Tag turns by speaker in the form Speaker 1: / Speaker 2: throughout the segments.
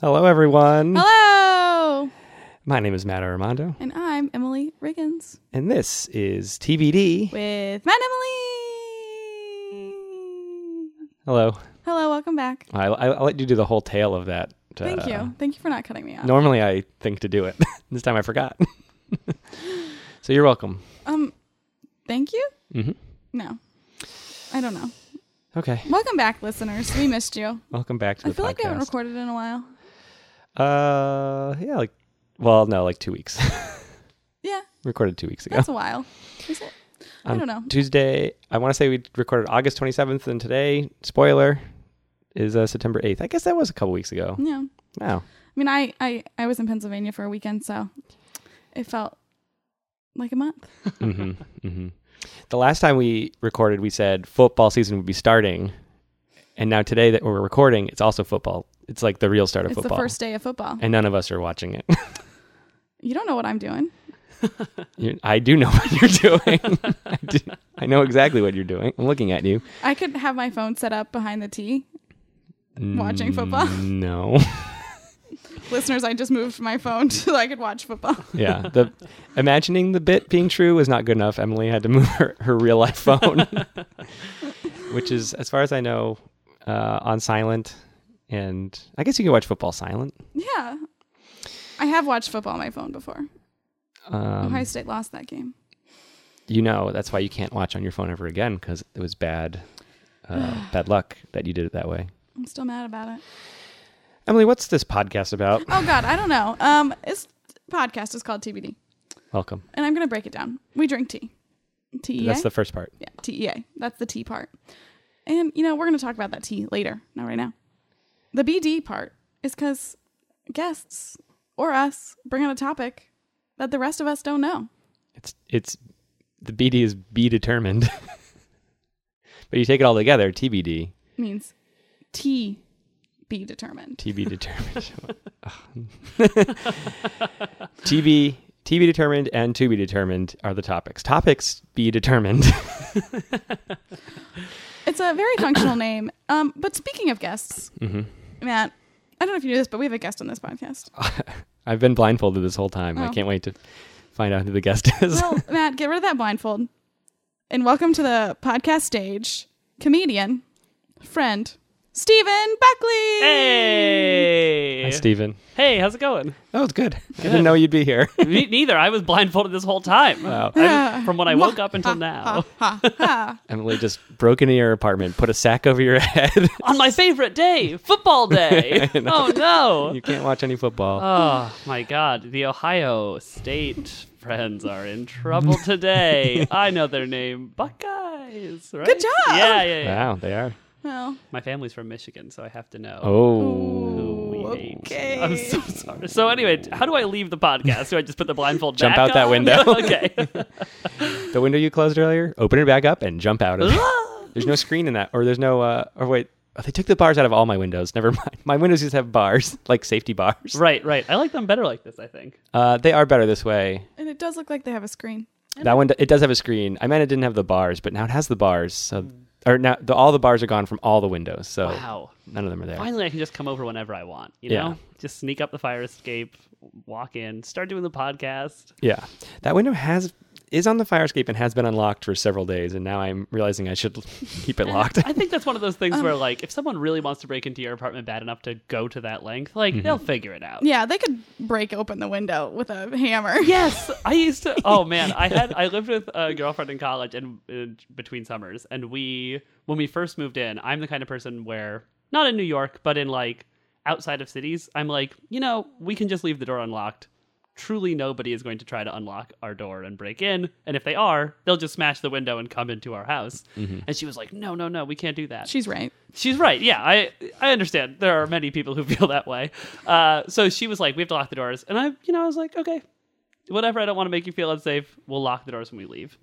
Speaker 1: Hello, everyone.
Speaker 2: Hello.
Speaker 1: My name is Matt Armando,
Speaker 2: And I'm Emily Riggins
Speaker 1: and this is TBD.
Speaker 2: with Matt Emily.
Speaker 1: Hello.
Speaker 2: Hello, welcome back.
Speaker 1: I, I, will let you do the whole tale of that. uh,
Speaker 2: Thank you. Thank you for not cutting me off.
Speaker 1: Normally, I think to do it. this time, I forgot. so you're welcome.
Speaker 2: Um, thank you?
Speaker 1: Mhm.
Speaker 2: No. I don't know.
Speaker 1: Okay,
Speaker 2: Welcome back, listeners. We missed you.
Speaker 1: welcome back to the
Speaker 2: I feel
Speaker 1: podcast.
Speaker 2: like we haven't recorded in a while.
Speaker 1: uh, yeah, like, well, no, like two weeks.
Speaker 2: Yeah,
Speaker 1: recorded two weeks ago.
Speaker 2: that's a while. Is it? I
Speaker 1: Um,
Speaker 2: don't know.
Speaker 1: Tuesday. I want to say we recorded August 27th, and today, spoiler, is uh, September 8th. I guess that was a couple weeks ago.
Speaker 2: Yeah.
Speaker 1: Wow.
Speaker 2: I mean, I, I, I was in Pennsylvania for a weekend, so it felt like a month.
Speaker 1: hmm hmm The last time we recorded, we said football season would be starting, and now today that we're recording, it's also football. It's like the real start of
Speaker 2: It's the
Speaker 1: football,
Speaker 2: first day of football.
Speaker 1: and none of us are watching it.
Speaker 2: You don't know what I'm doing.
Speaker 1: You- I do know what you're doing. I, do, I know exactly what you're doing. I'm looking at you.
Speaker 2: I could have my phone set up behind the tee. Watching football?
Speaker 1: Mm, No.
Speaker 2: Listeners, I just moved my phone so I could watch football.
Speaker 1: Yeah. The imagining the bit being true was not good enough. Emily had to move her, her real life phone, which is, as far as I know, uh, on silent. And I guess you can watch football silent.
Speaker 2: Yeah. I have watched football on my phone before.
Speaker 1: Um,
Speaker 2: Ohio State lost that game.
Speaker 1: you know that's why you can't watch on your phone ever again because it was bad uh, bad luck that you did it that way
Speaker 2: I'm still mad about it.
Speaker 1: emily what's this podcast about
Speaker 2: Oh god, I don't know. Um this podcast is called TBD.
Speaker 1: welcome
Speaker 2: And I'm gonna break it down. We drink tea. TEA?
Speaker 1: that's the first part
Speaker 2: yeah, TEA. That's the tea part. And you know, we're gonna talk about that tea later, not right now. The BD part is cause guests or us bring on a topic that the rest of us don't know.
Speaker 1: it's it's the bd is be determined but you take it all together tbd
Speaker 2: means T be determined.
Speaker 1: tb determined tb tb determined and to be determined are the topics topics be determined
Speaker 2: It's a very functional name. Um, but speaking of guests,
Speaker 1: hmm
Speaker 2: Matt, I don't know if you knew this, but we have a guest on this podcast.
Speaker 1: i've been blindfolded this whole time i
Speaker 2: Oh.
Speaker 1: can't wait to find out who the guest is
Speaker 2: Well, Matt, get rid of that blindfold and welcome to the podcast stage, comedian, friend, Stephen Buckley.
Speaker 3: Hey,
Speaker 1: Hi, Steven.
Speaker 3: Hey, how's it going?
Speaker 1: That was good. I didn't know you'd be here.
Speaker 3: Me neither. I was blindfolded this whole time.
Speaker 1: Wow.
Speaker 2: Uh,
Speaker 3: I- from when I woke up until now,
Speaker 1: Emily just broke into your apartment, put a sack over your head.
Speaker 3: on my favorite day, football day. oh no!
Speaker 1: you can't watch any football.
Speaker 3: Oh my God! The Ohio State friends are in trouble today. I know their name, Buckeyes. Right?
Speaker 2: Good job.
Speaker 3: Yeah, yeah, yeah.
Speaker 1: wow, they are.
Speaker 2: Well,
Speaker 3: My family's from Michigan, so I have to know.
Speaker 1: Oh.
Speaker 3: who we hate.
Speaker 2: okay.
Speaker 3: I'm so sorry. So anyway, how do I leave the podcast? Do I just put the blindfold?
Speaker 1: Jump
Speaker 3: back
Speaker 1: out that
Speaker 3: on?
Speaker 1: window.
Speaker 3: okay.
Speaker 1: The window you closed earlier, open it back up and jump out of it. There's no screen in that, or there's no, uh, or wait. oh, They took the bars out of all my windows. Never mind. My windows used to have bars, like safety bars.
Speaker 3: Right, right. I like them better like this, I think.
Speaker 1: Uh, they are better this way.
Speaker 2: and it does look like they have a screen.
Speaker 1: That one, it does have a screen. I meant it didn't have the bars, but now it has the bars. So, or now the, all the bars are gone from all the windows. So
Speaker 3: Hmm. Wow.
Speaker 1: none of them are there.
Speaker 3: Finally, I can just come over whenever I want, you
Speaker 1: Oh, Yeah.
Speaker 3: know? Just sneak up the fire escape, walk in, start doing the podcast.
Speaker 1: Yeah. That window has is on the fire escape and has been unlocked for several days and now I'm realizing I should keep it locked.
Speaker 3: I think that's one of those things where, like, if someone really wants to break into your apartment bad enough to go to that length, like, they'll figure it out.
Speaker 2: Yeah, they could break open the window with a hammer.
Speaker 3: Yes, I used to. Oh man, I had I lived with a girlfriend in college and in between summers, and we when we first moved in, I'm the kind of person where not in New York, but in like outside of cities, I'm like, you know, we can just leave the door unlocked. Truly, nobody is going to try to unlock our door and break in, and if they are, they'll just smash the window and come into our house. And she was like, no, no, no, we can't do that.
Speaker 2: She's right.
Speaker 3: She's right. Yeah, I I understand. There are many people who feel that way. Uh, so she was like, "We have to lock the doors," and I, you know, I was like, "Okay, whatever. I don't want to make you feel unsafe. We'll lock the doors when we leave."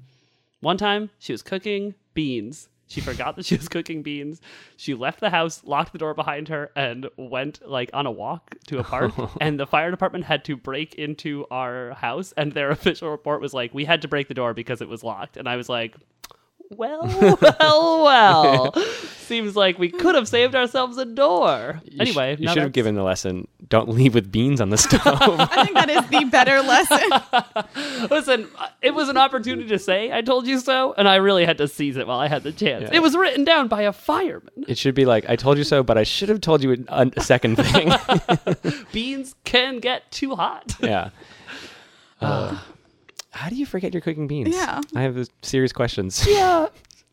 Speaker 3: One time, she was cooking beans. She forgot that she was cooking beans. She left the house, locked the door behind her, and went like on a walk to a park. and the fire department had to break into our house, and their official report was like, "We had to break the door because it was locked." And I was like, Well, well, well. Seems like we could have saved ourselves a door.
Speaker 1: You sh-
Speaker 3: anyway,
Speaker 1: you
Speaker 3: now
Speaker 1: should have
Speaker 3: that's-
Speaker 1: given the lesson don't leave with beans on the stove.
Speaker 2: I think that is the better lesson.
Speaker 3: Listen, uh, it was an opportunity to say I told you so, and I really had to seize it while I had the chance.
Speaker 1: Yeah.
Speaker 3: It was written down by a fireman.
Speaker 1: it should be like, I told you so, but I should have told you an- a, a second thing.
Speaker 3: Beans can get too hot.
Speaker 1: yeah. Uh, how do you forget you're cooking beans?
Speaker 2: Yeah.
Speaker 1: I have a serious questions.
Speaker 3: yeah,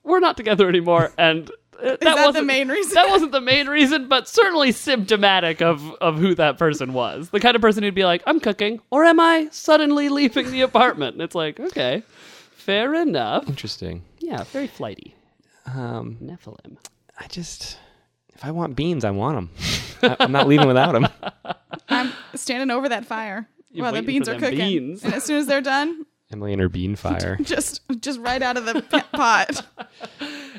Speaker 3: we're not together anymore, and uh, that,
Speaker 2: that the
Speaker 3: wasn't
Speaker 2: main reason?
Speaker 3: That wasn't the main reason, but certainly symptomatic of of who that person was. The kind of person who'd be like, "I'm cooking," or "Am I suddenly leaving the apartment?" And it's like, okay, fair enough.
Speaker 1: Interesting.
Speaker 3: Yeah, very flighty.
Speaker 1: Um,
Speaker 3: Nephilim.
Speaker 1: I just, if I want beans, I want them. I, I'm not leaving without them.
Speaker 2: I'm standing over that fire
Speaker 3: You're
Speaker 2: while the
Speaker 3: waiting
Speaker 2: beans
Speaker 3: for
Speaker 2: are
Speaker 3: them
Speaker 2: cooking.
Speaker 3: beans.
Speaker 2: And as soon as they're done,
Speaker 1: Emily and her bean fire.
Speaker 2: just just right out of the p- pot.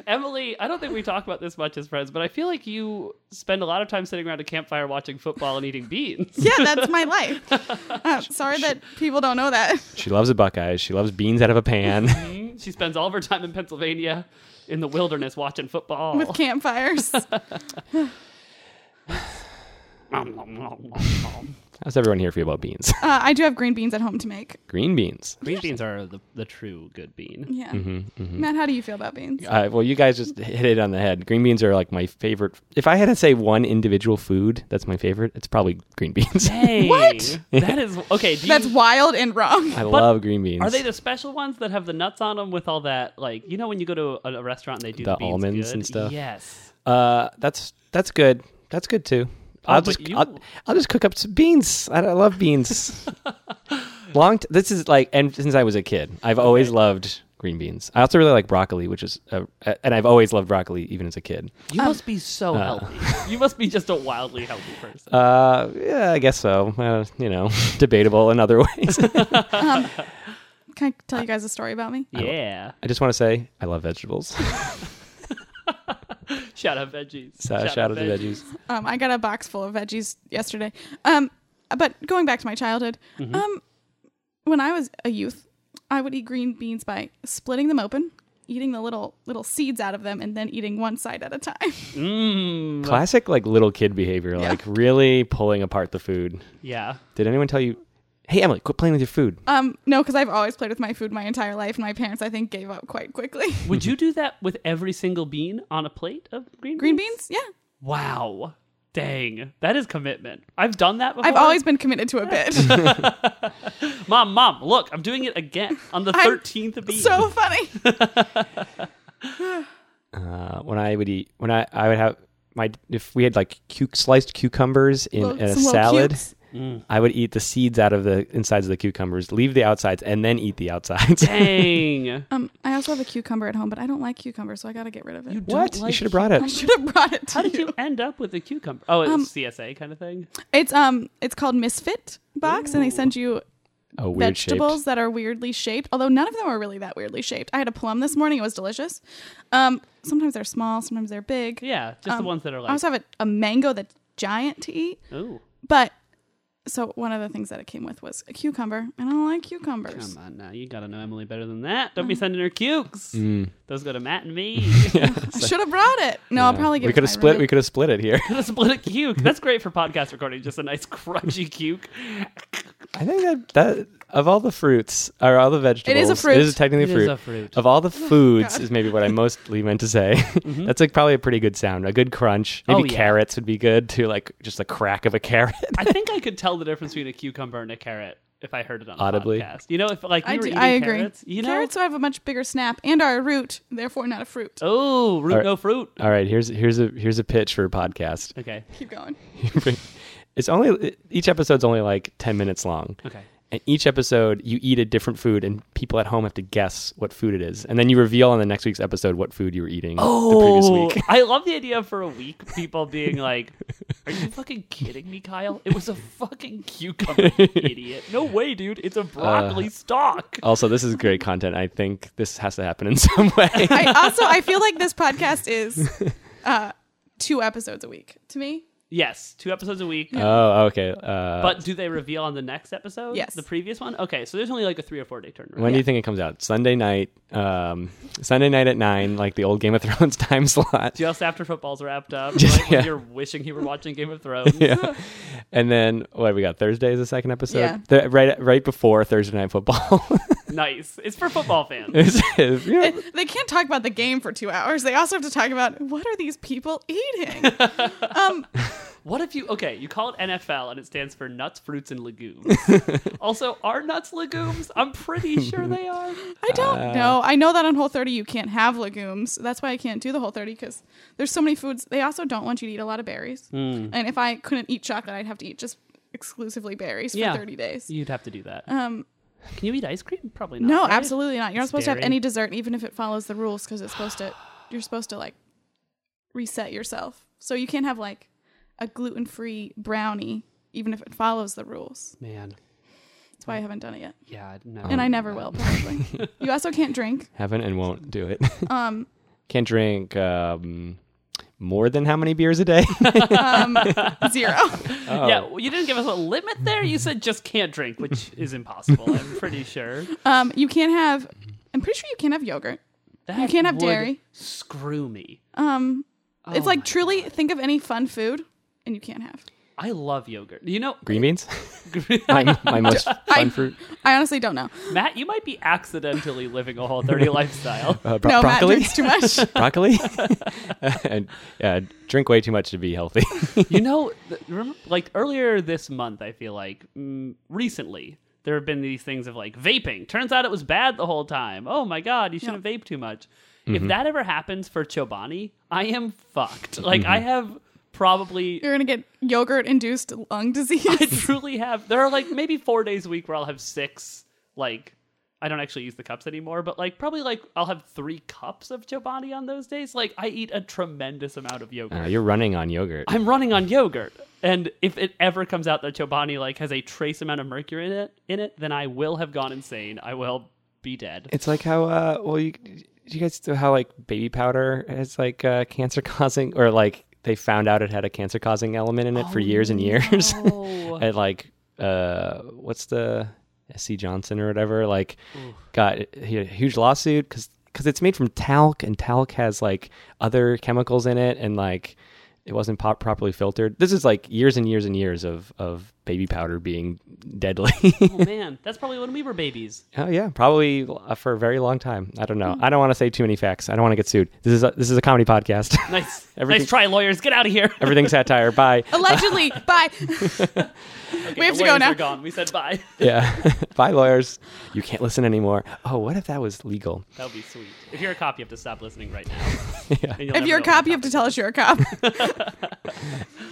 Speaker 3: Emily, I don't think we talk about this much as friends, but I feel like you spend a lot of time sitting around a campfire watching football and eating beans.
Speaker 2: Yeah, that's my life. Uh, sorry that people don't know that.
Speaker 1: She loves the Buckeyes. She loves beans out of a pan.
Speaker 3: Mhm. she spends all of her time in Pennsylvania in the wilderness watching football.
Speaker 2: with campfires. Uh,
Speaker 3: Nom, nom, nom, nom, nom.
Speaker 1: How's everyone here feel about beans?
Speaker 2: Uh, I do have green beans at home to make.
Speaker 1: Green beans.
Speaker 3: Green beans are the, the true good bean.
Speaker 2: Yeah.
Speaker 3: Mm-hmm,
Speaker 2: Matt, how do you feel about beans?
Speaker 1: Uh, well, you guys just hit it on the head. Green beans are like my favorite. If I had to say one individual food that's my favorite, it's probably green beans.
Speaker 3: Dang.
Speaker 2: What?
Speaker 3: That is okay. Do you,
Speaker 2: That's wild and wrong.
Speaker 1: I love green beans.
Speaker 3: are they the special ones that have the nuts on them with all that? Like you know when you go to a, a restaurant and they do the,
Speaker 1: The
Speaker 3: beans
Speaker 1: almonds
Speaker 3: good?
Speaker 1: and stuff?
Speaker 3: Yes.
Speaker 1: uh, that's that's good. That's good too. I'll
Speaker 3: Oh, but
Speaker 1: just
Speaker 3: you-
Speaker 1: I'll, I'll just cook up some beans. I, I love beans. Long. T- this is like, and since I was a kid, I've always loved green beans. I also really like broccoli, which is, uh, and I've always loved broccoli even as a kid.
Speaker 3: You must be so healthy. Um, You must be just a wildly healthy person.
Speaker 1: Uh, yeah, I guess so. Uh, you know, debatable in other ways.
Speaker 2: Um, Can I tell you guys a story about me?
Speaker 3: yeah.
Speaker 1: I just want to say I love vegetables.
Speaker 3: Shout out veggies.
Speaker 1: So shout, out to veggies.
Speaker 2: Um, I got a box full of veggies yesterday. Um, but going back to my childhood, um, when I was a youth, I would eat green beans by splitting them open, eating the little little seeds out of them, and then eating one side at a time.
Speaker 3: Mmm.
Speaker 1: Classic like little kid behavior,
Speaker 2: Yeah.
Speaker 1: like really pulling apart the food.
Speaker 3: Yeah.
Speaker 1: Did anyone tell you, "Hey Emily, quit playing with your food"?
Speaker 2: Um, no, because I've always played with my food my entire life, and my parents I think gave up quite quickly.
Speaker 3: Would you do that with every single bean on a plate of green
Speaker 2: green
Speaker 3: beans?
Speaker 2: beans, yeah.
Speaker 3: Wow. Dang. That is commitment. I've done that before.
Speaker 2: I've always been committed to a bit.
Speaker 3: Mom, mom, look, I'm doing it again on the
Speaker 2: I'm
Speaker 3: 13th of bean.
Speaker 2: so funny.
Speaker 1: Uh, when I would eat, when I I would have my if we had like cu- sliced cucumbers in,
Speaker 2: Little-
Speaker 1: in a
Speaker 2: some little
Speaker 1: salad,
Speaker 2: cubes.
Speaker 1: I would eat the seeds out of the insides of the cucumbers, leave the outsides, and then eat the outsides.
Speaker 3: Dang.
Speaker 2: Um, I also have a cucumber at home, but I don't like cucumber, so I got to get rid of it.
Speaker 3: You- Don't
Speaker 1: what? you
Speaker 3: like
Speaker 1: should have brought it.
Speaker 2: I should have brought it to
Speaker 3: How did
Speaker 2: you.
Speaker 3: you end up with a cucumber? Oh, it's
Speaker 2: Um,
Speaker 3: CSA kind of thing?
Speaker 2: It's um, it's called Misfit box, and they send you
Speaker 1: Oh, weird
Speaker 2: vegetables
Speaker 1: shaped.
Speaker 2: that are weirdly shaped. Although none of them are really that weirdly shaped. I had a plum this morning; it was delicious. Um, sometimes they're small, sometimes they're big.
Speaker 3: Yeah, just the
Speaker 2: Um,
Speaker 3: ones that are
Speaker 2: I
Speaker 3: like,
Speaker 2: also have a, a mango that's giant to eat,
Speaker 3: oh,
Speaker 2: but so one of the things that it came with was a cucumber, and I don't like cucumbers.
Speaker 3: come on now. You got to know Emily better than that.
Speaker 2: Um,
Speaker 3: Don't be sending her cukes. Those go to Matt and me.
Speaker 2: I should have brought it. No, I'll probably get.
Speaker 1: we could have split. We could have split it here.
Speaker 3: That's split a cuke. That's great for podcast recording. Just a nice crunchy cuke.
Speaker 1: I think that that of all the fruits or all the vegetables, It is
Speaker 2: fruit.
Speaker 1: technically
Speaker 3: It
Speaker 1: fruit.
Speaker 3: is a fruit.
Speaker 1: Of all the foods,
Speaker 2: God.
Speaker 1: is maybe what I mostly meant to say. That's like probably a pretty good sound, a good crunch. Maybe
Speaker 3: Mm-hmm. Oh, yeah.
Speaker 1: carrots would be good too, like just a crack of a carrot.
Speaker 3: I think I could tell the difference between a cucumber and a carrot if I heard it on the
Speaker 1: Audibly.
Speaker 3: podcast. You know, if like you
Speaker 2: I,
Speaker 3: were
Speaker 2: do,
Speaker 3: eating
Speaker 2: I agree.
Speaker 3: carrots, you know,
Speaker 2: Carrots have a much bigger snap and are a root, therefore not a fruit.
Speaker 3: oh, root
Speaker 1: All right.
Speaker 3: no fruit.
Speaker 1: all right, here's here's a here's a pitch for a podcast.
Speaker 3: Okay,
Speaker 2: Keep going.
Speaker 1: it's only each episode's only like ten minutes long.
Speaker 3: okay.
Speaker 1: And each episode, you eat a different food, and people at home have to guess what food it is, and then you reveal on the next week's episode what food you were eating the previous
Speaker 3: Oh,
Speaker 1: week.
Speaker 3: I love the idea for a week people being like, "Are you fucking kidding me, Kyle? It was a fucking cucumber, you idiot! No way, dude! It's
Speaker 1: Uh,
Speaker 3: a broccoli stalk."
Speaker 1: Also, this is great content. I think this has to happen in some way.
Speaker 2: I also I feel like this podcast is uh two episodes a week to me.
Speaker 3: Yes, two episodes a week.
Speaker 1: Oh, okay. Uh,
Speaker 3: But do they reveal on the next episode?
Speaker 2: Yes.
Speaker 3: The previous one? Okay, so there's only like a three or four day turnaround.
Speaker 1: when do you think it comes out? Sunday night. Um, Sunday night at nine, like the old Game of Thrones time slot.
Speaker 3: Just after football's wrapped up,
Speaker 1: Just-
Speaker 3: right, when
Speaker 1: yeah.
Speaker 3: you're wishing you were watching Game of Thrones.
Speaker 1: Yeah. And then what we got? Thursday is the second episode.
Speaker 2: Yeah.
Speaker 1: Th- right, right before Thursday night football.
Speaker 3: Nice. It's for football fans.
Speaker 1: It's- it's- yeah.
Speaker 2: They, they can't talk about the game for two hours. They also have to talk about what are these people eating? um,
Speaker 3: What if you okay? You call it NFL and it stands for nuts, fruits, and legumes. also, are nuts legumes? I'm pretty sure they are.
Speaker 2: I don't know. I know that on Whole 30 you can't have legumes. That's why I can't do the Whole 30 because there's so many foods. They also don't want you to eat a lot of berries.
Speaker 3: Hmm.
Speaker 2: And if I couldn't eat chocolate, I'd have to eat just exclusively berries
Speaker 3: Yeah.
Speaker 2: for 30 days.
Speaker 3: You'd have to do that.
Speaker 2: Um,
Speaker 3: Can you eat ice cream? Probably not.
Speaker 2: no,
Speaker 3: right?
Speaker 2: absolutely not. You're not
Speaker 3: It's
Speaker 2: supposed to
Speaker 3: dairy.
Speaker 2: have any dessert, even if it follows the rules, because it's supposed to. You're supposed to like reset yourself, so you can't have like a gluten-free brownie, even if it follows the rules.
Speaker 3: Man,
Speaker 2: That's why I haven't done it yet,
Speaker 3: yeah, no.
Speaker 2: and I never will probably. you also can't drink.
Speaker 1: Haven't and won't do it.
Speaker 2: Um,
Speaker 1: Can't drink um, more than how many beers a day?
Speaker 2: um, zero.
Speaker 3: Yeah, well, you didn't give us a limit there. You said just can't drink, which is impossible. I'm pretty sure.
Speaker 2: Um, you can't have. I'm pretty sure you can't have yogurt.
Speaker 3: That
Speaker 2: can't have
Speaker 3: would
Speaker 2: dairy.
Speaker 3: Screw me.
Speaker 2: Um, it's
Speaker 3: Oh my
Speaker 2: like truly think of any fun food, and you can't have.
Speaker 3: I love yogurt. You know,
Speaker 1: Green beans? my, my most fun
Speaker 2: I-
Speaker 1: fruit.
Speaker 2: I honestly don't know.
Speaker 3: Matt, you might be accidentally living a whole 30 lifestyle.
Speaker 1: Uh, bro-
Speaker 2: no,
Speaker 1: broccoli?
Speaker 2: Matt drinks too much.
Speaker 1: broccoli? and yeah, drink way too much to be healthy.
Speaker 3: you know, th- remember, like earlier this month, I feel like mm, recently there have been these things of like vaping. Turns out it was bad the whole time. Oh my god, you shouldn't vape too much. If that ever happens for Chobani, I am fucked. Like I have probably.
Speaker 2: You're gonna get yogurt-induced lung disease.
Speaker 3: I truly have. There are like maybe four days a week where I'll have six. Like, I don't actually use the cups anymore, but like probably like I'll have three cups of Chobani on those days. Like, I eat a tremendous amount of yogurt.
Speaker 1: Uh, you're running on yogurt.
Speaker 3: I'm running on yogurt, and if it ever comes out that Chobani like has a trace amount of mercury in it, in it, then I will have gone insane. I will be dead.
Speaker 1: It's like how uh well you you guys know how like baby powder is like uh, cancer causing or like they found out it had a cancer causing element in it for years and years.
Speaker 3: no.
Speaker 1: and like uh what's the SC Johnson or whatever like got he had a huge lawsuit cuz cuz it's made from talc and talc has like other chemicals in it and like it wasn't pop properly filtered. This is like years and years and years of of baby powder being deadly.
Speaker 3: oh man, that's probably when we were babies.
Speaker 1: Oh yeah, probably uh, for a very long time. I don't know. I don't want to say too many facts. I don't want to get sued. This is a, this is a comedy podcast.
Speaker 3: Nice,
Speaker 1: Everything-
Speaker 3: nice try, lawyers. Get out of here.
Speaker 1: Everything's satire. Bye.
Speaker 2: Oh. Allegedly, bye.
Speaker 3: Okay,
Speaker 2: we have
Speaker 3: the
Speaker 2: to go
Speaker 3: lawyers
Speaker 2: now.
Speaker 3: Are gone. We said bye.
Speaker 1: Yeah. Bye lawyers. You can't listen anymore. Oh, what if that was legal?
Speaker 3: That would be sweet. If you're a cop, you have to stop listening right now.
Speaker 1: Yeah.
Speaker 3: and you'll
Speaker 2: If
Speaker 3: never
Speaker 2: you're a
Speaker 3: know what
Speaker 2: cop, you have to tell us you're a cop.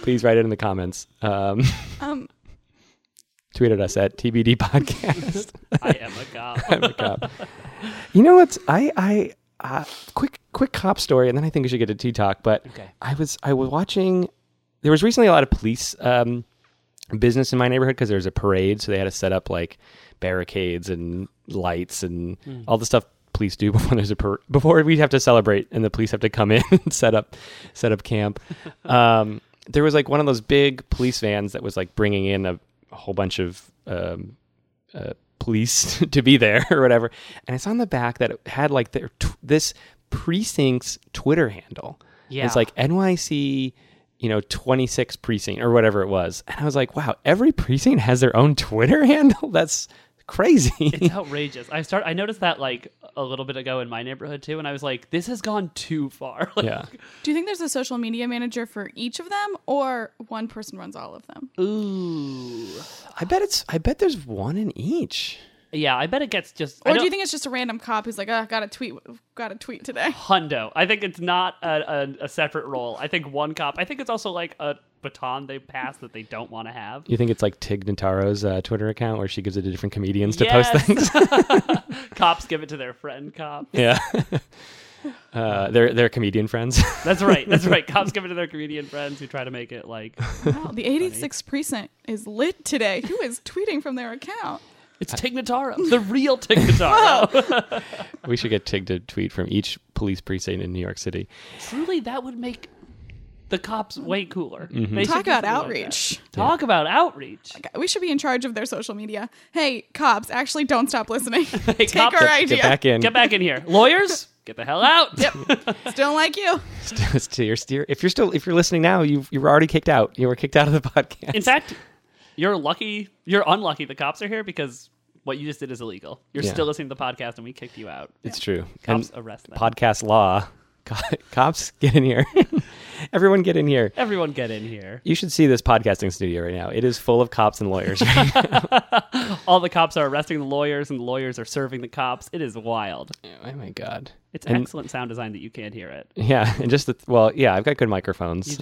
Speaker 1: Please write it in the comments. Um,
Speaker 2: Um,
Speaker 1: tweet at us at TBD podcast.
Speaker 3: I am a cop.
Speaker 1: I'm a cop. You know what's I I uh, quick quick cop story, and then I think we should get to tea talk. But
Speaker 3: Okay.
Speaker 1: I was I was watching. There was recently a lot of police um, business in my neighborhood because there was a parade, so they had to set up like barricades and lights and all the stuff police do before there's a par- before we have to celebrate and the police have to come in and set up set up camp. Um, there was like one of those big police vans that was like bringing in a, a whole bunch of um, uh, police to be there or whatever. And it's on the back that it had like their t- this precinct's Twitter handle.
Speaker 3: Yeah.
Speaker 1: It's like NYC, you know, 26 precinct or whatever it was. And I was like, wow, every precinct has their own Twitter handle? That's crazy.
Speaker 3: It's outrageous. I start. I noticed that like a little bit ago in my neighborhood too, and I was like, "This has gone too far." Like,
Speaker 1: yeah.
Speaker 2: do you think there's a social media manager for each of them, or one person runs all of them?
Speaker 3: Ooh.
Speaker 1: I bet it's I bet there's one in each.
Speaker 3: Yeah, I bet it gets just. I
Speaker 2: Or do
Speaker 3: don't-
Speaker 2: you think it's just a random cop who's like, oh, got a tweet, got a tweet today?
Speaker 3: Hundo. I think it's not a, a, a separate role. I think one cop. I think it's also like a baton they pass that they don't want to have.
Speaker 1: You think it's like Tig Notaro's uh, Twitter account where she gives it to different comedians to post
Speaker 3: Yes.
Speaker 1: things?
Speaker 3: Cops give it to their friend cop.
Speaker 1: yeah. uh, they're, they're comedian friends.
Speaker 3: That's right. That's right. Cops give it to their comedian friends who try to make it like
Speaker 2: Wow, the 86th precinct is lit today. Who is tweeting from their account?
Speaker 3: it's Tignataro, the real
Speaker 2: Oh,
Speaker 3: Tignataro.
Speaker 1: we should get Tig to tweet from each police precinct in New York City.
Speaker 3: Truly, that would make The cops way cooler.
Speaker 1: Mm-hmm.
Speaker 3: They should
Speaker 2: Talk
Speaker 3: do
Speaker 2: about
Speaker 3: something like that.
Speaker 2: outreach.
Speaker 3: Talk about outreach.
Speaker 2: God, We should be in charge of their social media. Hey, cops, actually don't stop listening. Take
Speaker 3: cops,
Speaker 2: our
Speaker 3: get-
Speaker 1: Get
Speaker 2: idea.
Speaker 1: back in.
Speaker 3: Get back in here, lawyers. Get the hell out.
Speaker 2: Yep. Still like you.
Speaker 1: to your steer. If you're still, if you're listening now, you you were already kicked out. You were kicked out of the podcast.
Speaker 3: In fact, you're lucky. You're unlucky. The cops are here because what you just did is illegal. You're
Speaker 1: Yeah.
Speaker 3: still listening to the podcast, and we kicked you out.
Speaker 1: it's true.
Speaker 3: Cops
Speaker 1: and
Speaker 3: arrest them.
Speaker 1: podcast law. Co- Cops, get in here. Everyone, get in here.
Speaker 3: Everyone, get in here.
Speaker 1: You should see this podcasting studio right now. It is full of cops and lawyers.
Speaker 3: All the cops are arresting the lawyers, and the lawyers are serving the cops. It is wild.
Speaker 1: oh my god.
Speaker 3: It's
Speaker 1: And-
Speaker 3: excellent sound design that you can't hear it.
Speaker 1: Yeah, and just the, well, yeah, I've got good microphones.
Speaker 3: You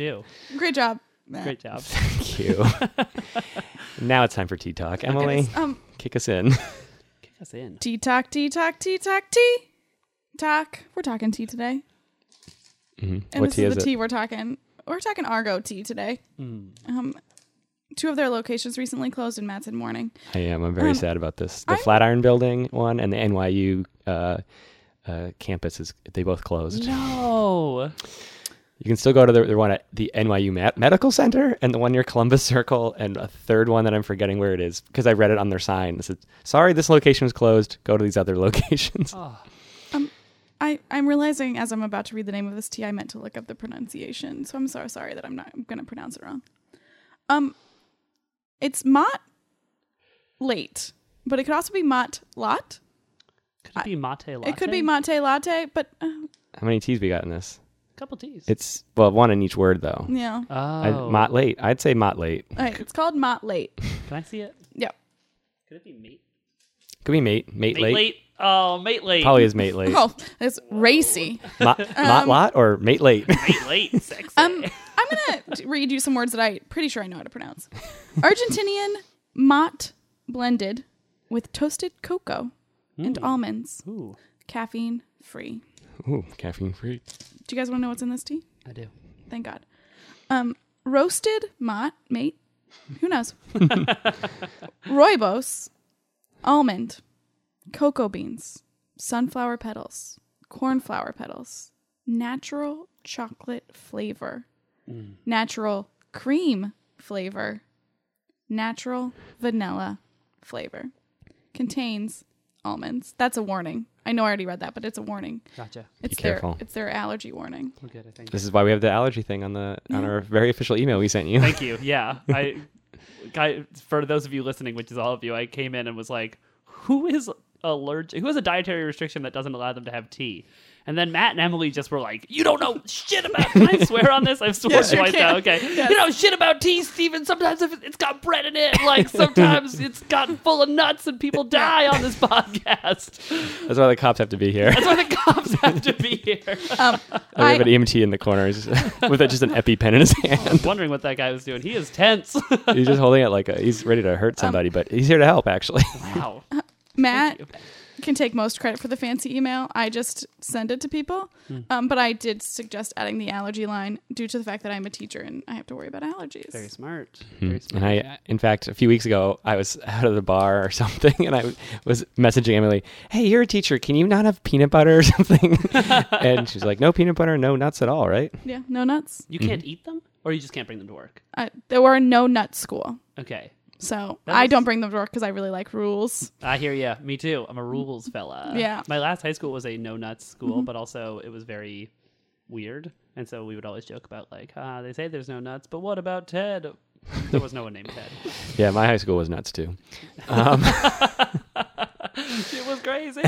Speaker 3: do.
Speaker 2: Great job. Nah.
Speaker 3: Great job.
Speaker 1: Thank you. now it's time for tea talk. Emily,
Speaker 2: Um,
Speaker 1: kick us in.
Speaker 3: Kick us in.
Speaker 2: tea talk, tea talk, tea talk, tea talk. We're talking tea today. And
Speaker 1: Mm-hmm. What
Speaker 2: this
Speaker 1: tea is
Speaker 2: is,
Speaker 1: it?
Speaker 2: the
Speaker 1: Mm.
Speaker 2: tea we're talking. We're talking Argo tea today. Um, two of their locations recently closed in Matson Morning.
Speaker 1: I am. I'm very
Speaker 2: Um,
Speaker 1: sad about this. The
Speaker 2: I'm-
Speaker 1: Flatiron Building one and the NYU uh, uh, campus is they both closed.
Speaker 3: No.
Speaker 1: You can still go to the, the one at the NYU Ma- Medical Center and the one near Columbus Circle and a third one that I'm forgetting where it is because I read it on their sign. It said, "Sorry, this location was closed. Go to these other locations."
Speaker 3: Oh,
Speaker 2: I, I'm realizing as I'm about to read the name of this tea, I meant to look up the pronunciation. So I'm so sorry that I'm not going to pronounce it wrong. Um, it's Mott Late, but it could also be Mott Lot.
Speaker 3: could it be mate latte?
Speaker 2: It could be Mate Latte, but uh,
Speaker 1: How many T's we got in this?
Speaker 3: couple teas.
Speaker 1: It's well, one in each word though.
Speaker 2: yeah.
Speaker 3: oh,
Speaker 1: I, mot late. I'd say mot late.
Speaker 2: All right, it's called Mott Late.
Speaker 3: can I see it?
Speaker 2: Yep.
Speaker 3: Could it be mate?
Speaker 1: Could be mate, mate,
Speaker 3: Mate
Speaker 1: late.
Speaker 3: late. Oh, mate late.
Speaker 1: Probably is mate late.
Speaker 2: Oh, it's racy.
Speaker 1: Mot,
Speaker 3: Um,
Speaker 1: mot lot or mate late.
Speaker 3: Mate late. Sexy.
Speaker 2: Um, I'm gonna t- read you some words that I pretty sure I know how to pronounce. Argentinian mott blended with toasted cocoa and almonds,
Speaker 3: Ooh,
Speaker 2: caffeine free.
Speaker 1: Ooh, caffeine free.
Speaker 2: Do you guys want to know what's in this tea?
Speaker 3: I do.
Speaker 2: Thank God. Um, roasted mott, mate. Who knows? Rooibos, almond, cocoa beans, sunflower petals, cornflower petals, natural chocolate flavor, natural cream flavor, natural vanilla flavor. Contains almonds. That's a warning. I know I already read that, but it's a warning.
Speaker 3: Gotcha.
Speaker 2: It's
Speaker 1: careful.
Speaker 2: their it's their allergy warning.
Speaker 3: We're good. I think.
Speaker 1: This is why we have the allergy thing on the on our very official email we sent you.
Speaker 3: Thank you. Yeah, I, I for those of you listening, which is all of you, I came in and was like, "Who is allergic? Who has a dietary restriction that doesn't allow them to have tea?" And then Matt and Emily just were like, "You don't know shit about." Can I swear on this? I've sworn
Speaker 2: Yes, you
Speaker 3: twice
Speaker 2: can.
Speaker 3: now. Okay, you know shit about tea, Steven. Sometimes if it's got bread in it, like sometimes it's got full of nuts, and people die on this podcast.
Speaker 1: That's why the cops have to be here.
Speaker 3: That's why the cops have to be here.
Speaker 2: Um,
Speaker 1: And we have
Speaker 2: I-
Speaker 1: an EMT in the corners with a, just an EpiPen in his hand.
Speaker 3: I'm wondering what that guy was doing. He is tense.
Speaker 1: He's just holding it like a, he's ready to
Speaker 3: Um,
Speaker 1: hurt somebody, but he's here to help. Actually,
Speaker 3: wow.
Speaker 2: Matt can take most credit for the fancy email. I just send it to people. Um, but I did suggest adding the allergy line due to the fact that I'm a teacher and I have to worry about allergies.
Speaker 3: Very smart. Very smart.
Speaker 1: and I, in fact, a few weeks ago, I was out of the bar or something, and I was messaging Emily, "Hey, you're a teacher. Can you not have peanut butter or something?" and she's like, "No peanut butter, no nuts at all, right?"
Speaker 2: Yeah, no nuts.
Speaker 3: You can't
Speaker 1: Mm-hmm.
Speaker 3: eat them, or you just can't bring them to work.
Speaker 2: I, there were no nut school.
Speaker 3: Okay,
Speaker 2: So
Speaker 3: That
Speaker 2: I
Speaker 3: is-
Speaker 2: don't bring them to work because I really like rules.
Speaker 3: I hear you. Me too. I'm a rules fella.
Speaker 2: Yeah.
Speaker 3: My last high school was a no nuts school, but also it was very weird, and so we would always joke about like, ah, they say there's no nuts, but what about Ted? There was no one named Ted.
Speaker 1: Yeah, my high school was nuts too. Um,
Speaker 3: it was crazy.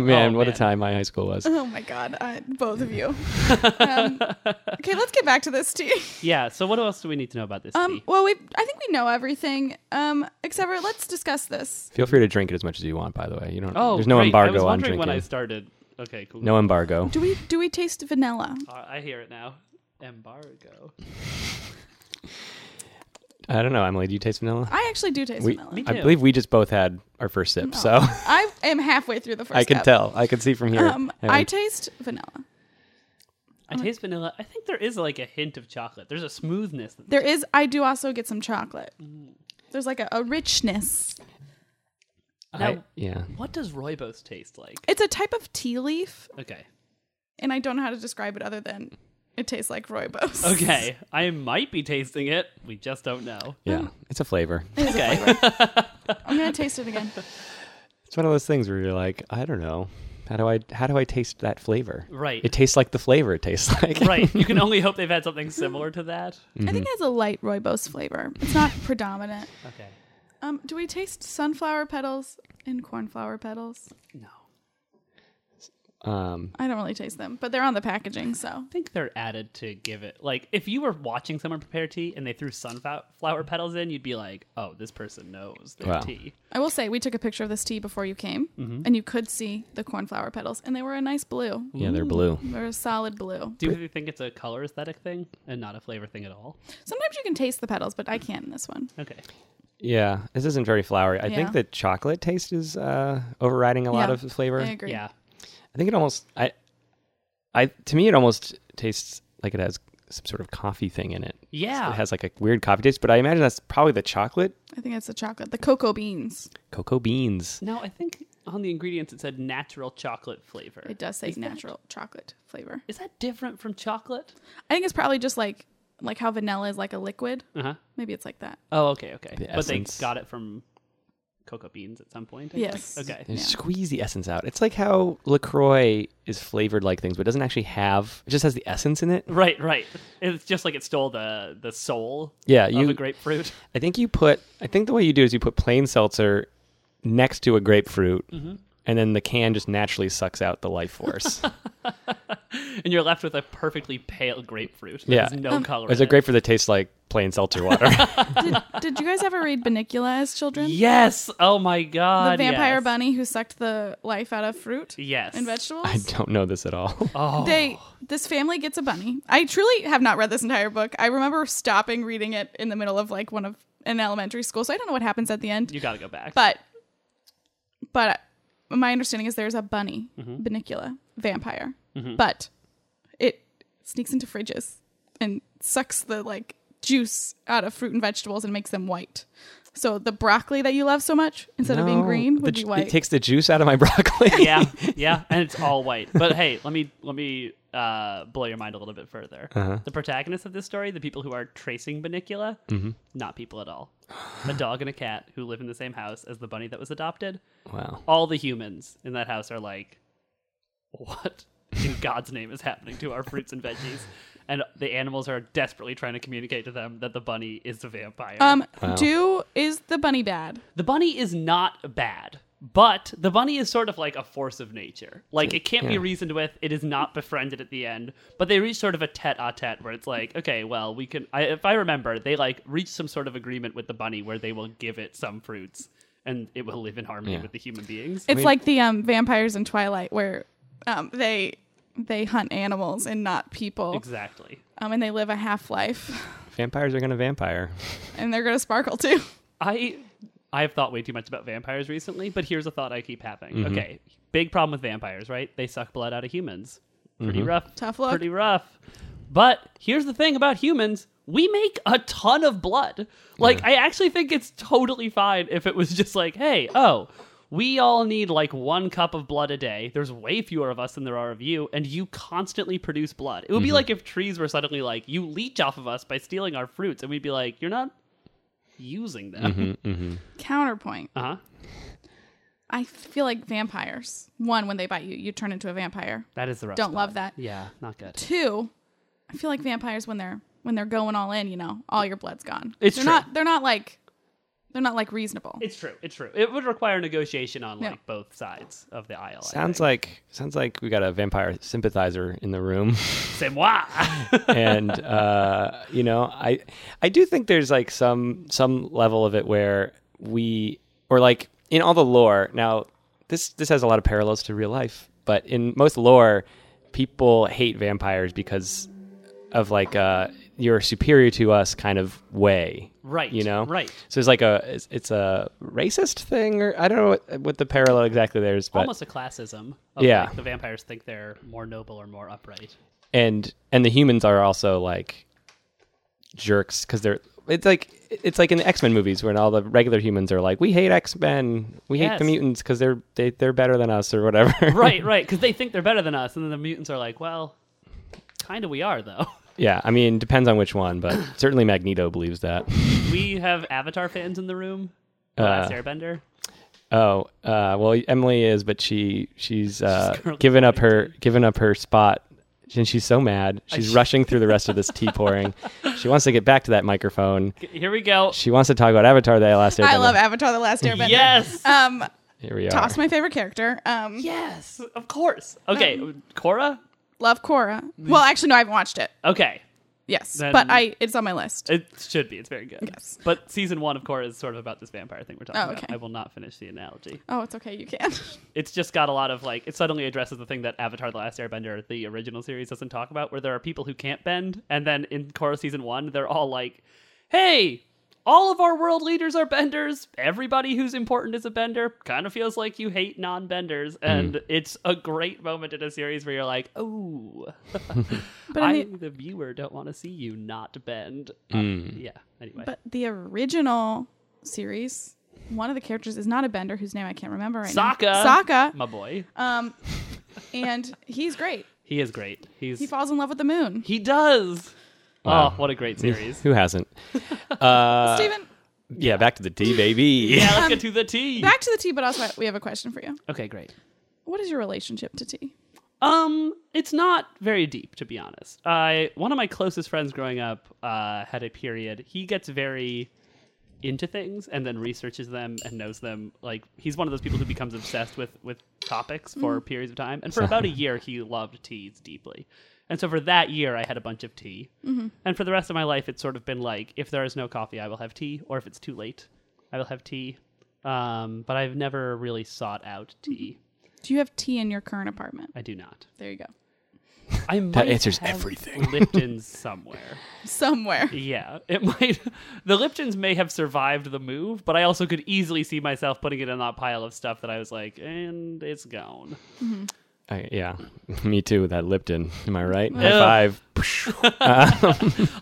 Speaker 1: Man,
Speaker 3: Oh,
Speaker 1: what a time my high school was.
Speaker 2: Oh my God, I, both of you. um, okay, let's get back to this tea.
Speaker 3: Yeah. So what else do we need to know about this
Speaker 2: Um,
Speaker 3: tea?
Speaker 2: well, we I think we know everything, um, except for let's discuss this.
Speaker 1: Feel free to drink it as much as you want. By the way, you don't.
Speaker 3: Oh,
Speaker 1: there's no
Speaker 3: great. I was
Speaker 1: embargo on
Speaker 3: wondering
Speaker 1: drinking.
Speaker 3: when I started. Okay, cool.
Speaker 1: No embargo.
Speaker 2: Do we do we taste vanilla?
Speaker 3: Uh, I hear it now. Embargo.
Speaker 1: I don't know, Emily. Do you taste vanilla?
Speaker 2: I actually do taste
Speaker 1: We,
Speaker 2: vanilla.
Speaker 1: I
Speaker 3: too.
Speaker 1: believe we just both had our first sip, so
Speaker 2: Oh. I am halfway through the first.
Speaker 1: I can
Speaker 2: cup.
Speaker 1: tell. I can see from here.
Speaker 2: Um,
Speaker 1: Emily.
Speaker 2: I taste vanilla.
Speaker 3: I taste vanilla. I think there is like a hint of chocolate. There's a smoothness. That,
Speaker 2: There is. I do also get some chocolate. There's like a, a richness.
Speaker 1: I-
Speaker 3: Now-
Speaker 1: yeah.
Speaker 3: what does rooibos taste like?
Speaker 2: It's a type of tea leaf,
Speaker 3: Okay.
Speaker 2: and I don't know how to describe it other than It tastes like rooibos.
Speaker 3: Okay, I might be tasting it. We just don't know.
Speaker 1: Yeah, it's a flavor.
Speaker 2: okay. I'm gonna taste it again.
Speaker 1: It's one of those things where you're like, I don't know, how do I how do I taste that flavor?
Speaker 3: Right.
Speaker 1: It tastes like the flavor it tastes like.
Speaker 3: right. You can only hope they've had something similar to that.
Speaker 1: Mm-hmm.
Speaker 2: I think it has a light rooibos flavor. It's not predominant.
Speaker 3: Okay.
Speaker 2: Um, do we taste sunflower petals and cornflower petals?
Speaker 3: No.
Speaker 1: Um,
Speaker 2: I don't really taste them, but they're on the packaging, so
Speaker 3: I think they're added to give it like if you were watching someone prepare tea and they threw sunflower petals in, you'd be like, "Oh, this person knows their
Speaker 1: Wow.
Speaker 3: tea."
Speaker 2: I will say we took a picture of this tea before you came, and you could see the cornflower petals, and they were a nice blue.
Speaker 1: yeah, they're blue.
Speaker 2: They're a solid blue.
Speaker 3: Do you think it's a color aesthetic thing and not a flavor thing at all?
Speaker 2: Sometimes you can taste the petals, but I can't in this one.
Speaker 3: Okay.
Speaker 1: Yeah, this isn't very flowery. I
Speaker 2: Yeah.
Speaker 1: think the chocolate taste is uh, overriding a lot
Speaker 2: Yeah,
Speaker 1: of the flavor.
Speaker 2: I agree.
Speaker 3: Yeah.
Speaker 1: I think it almost I I to me it almost tastes like it has some sort of coffee thing in it.
Speaker 3: Yeah.
Speaker 1: It has like a weird coffee taste, but I imagine that's probably the chocolate,
Speaker 2: I think it's the chocolate, the cocoa beans.
Speaker 1: cocoa beans.
Speaker 3: no, I think on the ingredients it said natural chocolate flavor.
Speaker 2: It does say natural chocolate flavor.
Speaker 3: Is that different from chocolate?
Speaker 2: I think it's probably just like like how vanilla is like a liquid.
Speaker 3: Uh huh.
Speaker 2: Maybe it's like that.
Speaker 3: Oh, okay, okay.
Speaker 1: The
Speaker 3: but they
Speaker 1: essence.
Speaker 3: got it from cocoa beans at some point. I
Speaker 2: Yes.
Speaker 3: think. Okay.
Speaker 1: They squeeze the essence out. It's like how LaCroix is flavored like things, but doesn't actually have it just has the essence in it.
Speaker 3: Right, right. It's just like it stole the the soul
Speaker 1: Yeah,
Speaker 3: of
Speaker 1: you
Speaker 3: a grapefruit.
Speaker 1: I think you put I think the way you do is you put plain seltzer next to a grapefruit
Speaker 2: Mm-hmm.
Speaker 1: and then the can just naturally sucks out the life force.
Speaker 3: and you're left with a perfectly pale grapefruit.
Speaker 1: Yeah.
Speaker 3: There's
Speaker 2: Um,
Speaker 3: no color.
Speaker 1: There's
Speaker 3: in
Speaker 1: a grapefruit that tastes like plain seltzer water.
Speaker 2: Did you guys ever read Banicula as
Speaker 3: It.
Speaker 2: children?
Speaker 3: Yes. Oh my
Speaker 2: The
Speaker 3: god.
Speaker 2: vampire
Speaker 3: yes.
Speaker 2: bunny who sucked the life out of fruit
Speaker 3: Yes.
Speaker 2: and vegetables.
Speaker 1: I don't know this at all.
Speaker 3: Oh.
Speaker 2: They this family gets a bunny. I truly have not read this entire book. I remember stopping reading it in the middle of like one of an elementary school, so I don't know what happens at the end.
Speaker 3: you got to go back.
Speaker 2: But but my understanding is there's a bunny,
Speaker 1: Mm-hmm.
Speaker 2: Banicula, vampire. But it sneaks into fridges and sucks the like juice out of fruit and vegetables and makes them white. So the broccoli that you love so much, instead of being
Speaker 1: No.
Speaker 2: green,
Speaker 1: The
Speaker 2: would
Speaker 1: ju-
Speaker 2: be white.
Speaker 1: It takes the juice out of my broccoli.
Speaker 3: yeah. Yeah, and it's all white. But hey, let me let me uh, blow your mind a little bit further.
Speaker 1: Uh-huh.
Speaker 3: The protagonists of this story, the people who are tracing Banicula,
Speaker 1: Mm-hmm.
Speaker 3: not people at all. A dog and a cat who live in the same house as the bunny that was adopted.
Speaker 1: Wow.
Speaker 3: all the humans in that house are like, what in God's name is happening to our fruits and veggies? And the animals are desperately trying to communicate to them that the bunny is a vampire.
Speaker 2: um,
Speaker 1: Wow.
Speaker 2: do is the bunny bad?
Speaker 3: the bunny is not bad, but the bunny is sort of like a force of nature. Like, it can't be
Speaker 1: Yeah.
Speaker 3: reasoned with. It is not befriended at the end. But they reach sort of a tete a tete where it's like, okay, well, we can. I, if I remember, they like reach some sort of agreement with the bunny where they will give it some fruits and it will live in harmony
Speaker 1: Yeah.
Speaker 3: with the human beings.
Speaker 2: It's like the um, vampires in Twilight, where um, they they hunt animals and not people,
Speaker 3: exactly.
Speaker 2: um, and they live a half life,
Speaker 1: Vampires are gonna vampire.
Speaker 2: and they're gonna sparkle too.
Speaker 3: I I've thought way too much about vampires recently, but here's a thought I keep having. Okay, big problem with vampires, right? They suck blood out of humans. Pretty rough.
Speaker 2: Tough luck.
Speaker 3: Pretty rough. But here's the thing about humans. We make a ton of blood. Like I actually think it's totally fine if it was just like, hey, oh, we all need like one cup of blood a day. There's way fewer of us than there are of you, and you constantly produce blood. It would be like if trees were suddenly like, you leech off of us by stealing our fruits, and we'd be like, you're not using them.
Speaker 2: Counterpoint:
Speaker 3: Uh huh.
Speaker 2: I feel like vampires. One, when they bite you, you turn into a vampire.
Speaker 3: That is the rough.
Speaker 2: Don't
Speaker 3: spot.
Speaker 2: love that.
Speaker 3: Yeah, not good.
Speaker 2: Two, I feel like vampires when they're when they're going all in, you know, all your blood's gone.
Speaker 3: It's
Speaker 2: they're
Speaker 3: true.
Speaker 2: not they're not like they're not like reasonable.
Speaker 3: It's true. It's true. It would require negotiation on like
Speaker 2: Yeah.
Speaker 3: both sides of the aisle.
Speaker 1: Sounds like sounds like we got a vampire sympathizer in the room.
Speaker 3: like c'est moi.
Speaker 1: and uh, you know, I I do think there's like some some level of it where we or like in all the lore. Now this this has a lot of parallels to real life, but in most lore, people hate vampires because of like uh, you're superior to us kind of way.
Speaker 3: right.
Speaker 1: You know,
Speaker 3: Right.
Speaker 1: So it's like a it's, it's a racist thing, or I don't know what, what the parallel exactly there is, but
Speaker 3: Almost a classism. Of,
Speaker 1: Yeah.
Speaker 3: Like, the vampires think they're more noble or more upright.
Speaker 1: and and the humans are also like jerks because they're it's like it's like in the X Men movies when all the regular humans are like, we hate X Men, we hate
Speaker 3: Yes.
Speaker 1: the mutants because they're they, they're better than us or whatever.
Speaker 3: Right. Right. Because they think they're better than us, and then the mutants are like, well, kind of we are though.
Speaker 1: Yeah, I mean, depends on which one, but certainly Magneto believes that.
Speaker 3: we have Avatar fans in the room. The Last Airbender.
Speaker 1: Oh, uh, well, Emily is, but she she's uh,
Speaker 3: currently
Speaker 1: given up her given up her spot, and she's so mad. She's
Speaker 3: sh-
Speaker 1: rushing through the rest of this tea pouring. She wants to get back to that microphone.
Speaker 3: G- Here we go.
Speaker 1: She wants to talk about Avatar: The Last Airbender.
Speaker 2: I love Avatar: The Last Airbender.
Speaker 3: Yes.
Speaker 2: Um,
Speaker 1: Here we are.
Speaker 2: Toss my favorite character. Um,
Speaker 3: yes. Of course. Okay. Korra.
Speaker 2: love Korra. Well, actually, no, I haven't watched it.
Speaker 3: Okay.
Speaker 2: Yes,
Speaker 3: Then-
Speaker 2: but I it's on my list.
Speaker 3: It should be. It's very good.
Speaker 2: Yes.
Speaker 3: But season one, of course, is sort of about this vampire thing we're talking
Speaker 2: Oh,
Speaker 3: about.
Speaker 2: okay.
Speaker 3: I will not finish the analogy.
Speaker 2: Oh, it's okay. You can.
Speaker 3: It's just got a lot of like. It suddenly addresses the thing that Avatar: The Last Airbender, the original series, doesn't talk about, where there are people who can't bend, and then in Korra season one, they're all like, "Hey." All of our world leaders are benders. Everybody who's important is a bender. Kind of feels like you hate non benders. And it's a great moment in a series where you're like, oh,
Speaker 2: But
Speaker 3: I,
Speaker 2: in the,
Speaker 3: the viewer, don't want to see you not bend. Um, yeah. Anyway.
Speaker 2: but the original series, one of the characters is not a bender whose name I can't remember right
Speaker 3: Sokka.
Speaker 2: now. Sokka.
Speaker 3: my boy.
Speaker 2: Um, and he's great.
Speaker 3: He is great. He's
Speaker 2: He
Speaker 3: he,
Speaker 2: falls in love with the moon.
Speaker 3: does.
Speaker 1: Wow.
Speaker 3: Oh, what a great series.
Speaker 1: Who hasn't? Uh,
Speaker 2: Steven,
Speaker 1: yeah, back to the tea, baby.
Speaker 3: yeah, let's get to the tea.
Speaker 2: back to the tea, but also we have a question for you.
Speaker 3: Okay, great.
Speaker 2: What is your relationship to tea?
Speaker 3: Um, it's not very deep to be honest. I one of my closest friends growing up uh, had a period. He gets very into things and then researches them and knows them. Like he's one of those people who becomes obsessed with with topics for periods of time. And for about a year, he loved teas deeply. And so for that year, I had a bunch of tea. And for the rest of my life, it's sort of been like if there is no coffee, I will have tea, or if it's too late, I will have tea. Um, but I've never really sought out tea.
Speaker 2: Do you have tea in your current apartment?
Speaker 3: I do not.
Speaker 2: There you go.
Speaker 3: I might
Speaker 1: answers
Speaker 3: have
Speaker 1: everything.
Speaker 3: Lipton's somewhere.
Speaker 2: Somewhere.
Speaker 3: Yeah, it might. The Liptons may have survived the move, but I also could easily see myself putting it in that pile of stuff that I was like, and it's gone.
Speaker 1: I, yeah, me too. With that Lipton, am I right?
Speaker 3: Ugh.
Speaker 1: High five.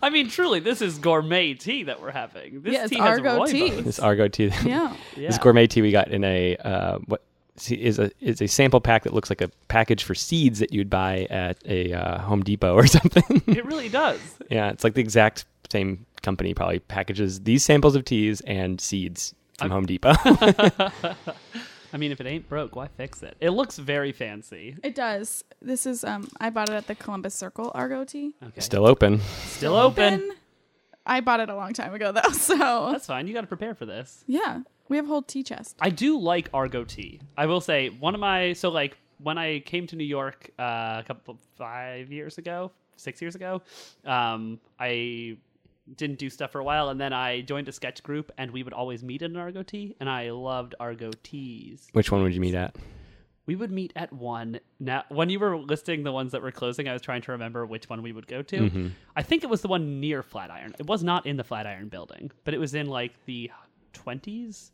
Speaker 3: I mean, truly, this is gourmet tea that we're having. This
Speaker 2: Yeah, it's
Speaker 3: tea has
Speaker 2: Argo
Speaker 3: rooibos.
Speaker 2: tea.
Speaker 1: This Argo tea.
Speaker 2: Yeah.
Speaker 3: Yeah.
Speaker 1: This gourmet tea we got in a uh, what see- is a is a sample pack that looks like a package for seeds that you'd buy at a uh, Home Depot or something.
Speaker 3: It really does.
Speaker 1: yeah, it's like the exact same company probably packages these samples of teas and seeds from Home Depot.
Speaker 3: I mean, if it ain't broke, why fix it? It looks very fancy.
Speaker 2: It does. This is um I bought it at the Columbus Circle Argo tea.
Speaker 3: Okay,
Speaker 1: Still open.
Speaker 3: Still open.
Speaker 2: Then- I bought it a long time ago though, so
Speaker 3: That's fine. You got to prepare for this.
Speaker 2: yeah. We have a whole tea chest.
Speaker 3: I do like Argo tea. I will say one of my so like when I came to New York uh, a couple five years ago, six years ago, um, I didn't do stuff for a while, and then I joined a sketch group, and we would always meet at an Argo tea, and I loved Argo teas.
Speaker 1: Which one would you meet at?
Speaker 3: We would meet at one. Now, when you were listing the ones that were closing, I was trying to remember which one we would go to.
Speaker 1: Mm-hmm.
Speaker 3: I think it was the one near Flatiron. It was not in the Flatiron building, but it was in like the twenties.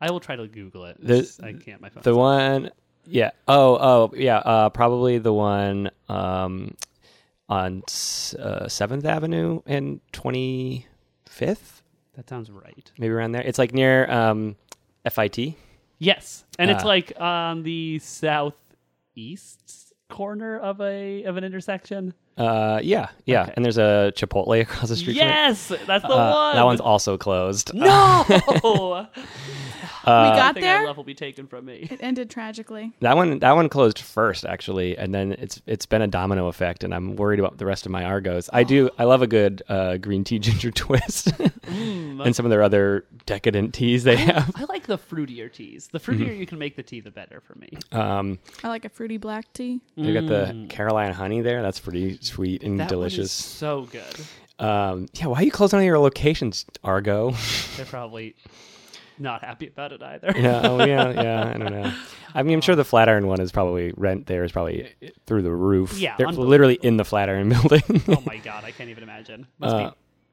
Speaker 3: I will try to Google it.
Speaker 1: The-
Speaker 3: It's- I can't. My phone.
Speaker 1: The one, yeah. Oh, oh, yeah. Uh, probably the one um, on uh, Seventh Avenue and Twenty Fifth,
Speaker 3: That sounds right.
Speaker 1: maybe around there. It's like near um, FIT.
Speaker 3: Yes, and it's
Speaker 1: Ah.
Speaker 3: like on the southeast corner of a of an intersection.
Speaker 1: Uh, yeah, yeah.
Speaker 3: Okay.
Speaker 1: And there's a Chipotle across the street. from it.
Speaker 3: Yes, that's the
Speaker 1: Uh,
Speaker 3: one.
Speaker 1: that one's also closed.
Speaker 3: no.
Speaker 2: we got
Speaker 3: Everything I
Speaker 2: there.
Speaker 3: love will be taken from me.
Speaker 2: It ended tragically.
Speaker 1: That one, that one closed first actually, and then it's it's been a domino effect, and I'm worried about the rest of my Argos. I do, I love a good uh, green tea ginger twist,
Speaker 3: Mm,
Speaker 1: and some of their other decadent teas they have.
Speaker 3: I like the fruitier teas. The fruitier
Speaker 1: Mm-hmm.
Speaker 3: you can make the tea, the better for me.
Speaker 1: Um,
Speaker 2: I like a fruity black tea.
Speaker 1: They got the Carolina honey there. That's pretty sweet and
Speaker 3: Mm. That one is
Speaker 1: delicious.
Speaker 3: so good.
Speaker 1: Um, yeah, why are you closing all your locations, Argo?
Speaker 3: They're probably not happy about it either.
Speaker 1: yeah, oh, yeah, yeah. I don't know. I mean, I'm sure the Flatiron one is probably rent there is probably through the roof.
Speaker 3: Yeah,
Speaker 1: they're literally in the Flatiron building.
Speaker 3: oh my god, I can't even imagine. Must
Speaker 1: Uh,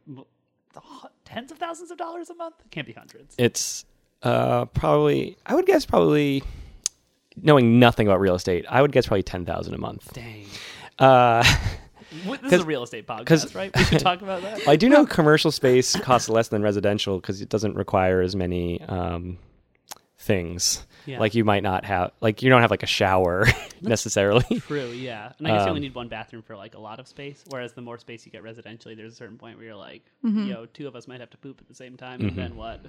Speaker 3: be m- th- tens of thousands of dollars a month. Can't be hundreds.
Speaker 1: it's uh, probably I would guess probably knowing nothing about real estate, I would guess probably ten thousand a month.
Speaker 3: Dang.
Speaker 1: Uh,
Speaker 3: Wait, This is a real estate podcast,
Speaker 1: 'cause-
Speaker 3: right? We should talk about that.
Speaker 1: I do know commercial space costs less than residential because it doesn't require as many um, things.
Speaker 3: Yeah.
Speaker 1: Like you might not have like you don't have like a shower necessarily.
Speaker 3: True, yeah. And I guess you only
Speaker 1: Um,
Speaker 3: need one bathroom for like a lot of space. Whereas the more space you get residentially, there's a certain point where you're like, yo, two of us might have to poop at the same time,
Speaker 1: Mm-hmm.
Speaker 3: and then what?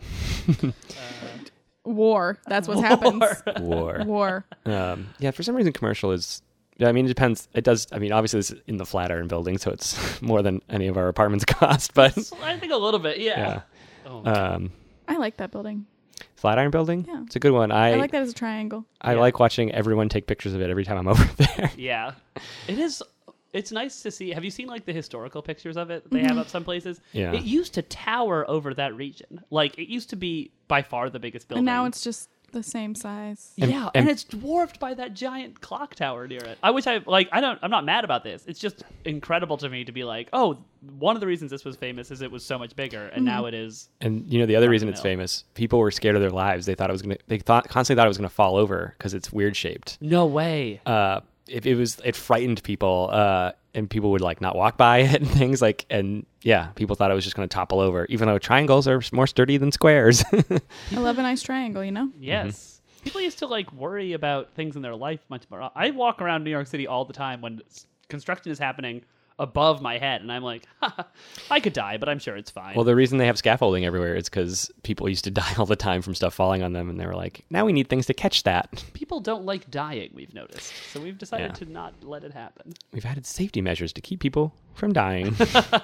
Speaker 2: War. That's what happens.
Speaker 3: Or-
Speaker 1: War.
Speaker 2: War.
Speaker 1: Um, yeah, for some reason, commercial is. yeah, I mean, it depends. It does. I mean, obviously, this is in the Flatiron building, so it's more than any of our apartments cost. But
Speaker 3: I think a little bit, yeah.
Speaker 1: yeah,
Speaker 3: Oh,
Speaker 1: um,
Speaker 2: I like that building.
Speaker 1: Flatiron building.
Speaker 2: Yeah.
Speaker 1: It's a good one. I
Speaker 2: I like that as a triangle.
Speaker 1: I
Speaker 3: Yeah.
Speaker 1: like watching everyone take pictures of it every time I'm over there.
Speaker 3: yeah. It is. It's nice to see. Have you seen like the historical pictures of it that they have up some places?
Speaker 1: Yeah.
Speaker 3: It used to tower over that region. Like it used to be by far the biggest building.
Speaker 2: And now it's just the same size.
Speaker 1: And-
Speaker 3: yeah, and,
Speaker 1: and-
Speaker 3: it's dwarfed by that giant clock tower near it. I wish I like I don't I'm not mad about this. It's just incredible to me to be like, oh, one of the reasons this was famous is it was so much bigger, and now it is.
Speaker 1: And you know, the other reason it's
Speaker 3: Fucking
Speaker 1: famous, people were scared of their lives. They thought it was gonna. They thought constantly thought it was gonna fall over because it's weird shaped.
Speaker 3: No way.
Speaker 1: Uh, it, it was. It frightened people. Uh, and people would like not walk by it and things like. And yeah, people thought it was just gonna topple over, even though triangles are more sturdy than squares.
Speaker 2: I love a nice triangle, you
Speaker 1: Mm-hmm.
Speaker 2: know?
Speaker 3: Yes. People used to like worry about things in their life much more. I walk around New York City all the time when s- construction is happening above my head, and I'm like, "Ha, I could die, but I'm sure it's fine.
Speaker 1: Well, the reason they have scaffolding everywhere is because people used to die all the time from stuff falling on them, and they were like, now we need things to catch that.
Speaker 3: People don't like dying. We've noticed, so we've decided
Speaker 1: Yeah.
Speaker 3: to not let it happen.
Speaker 1: We've added safety measures to keep people from dying.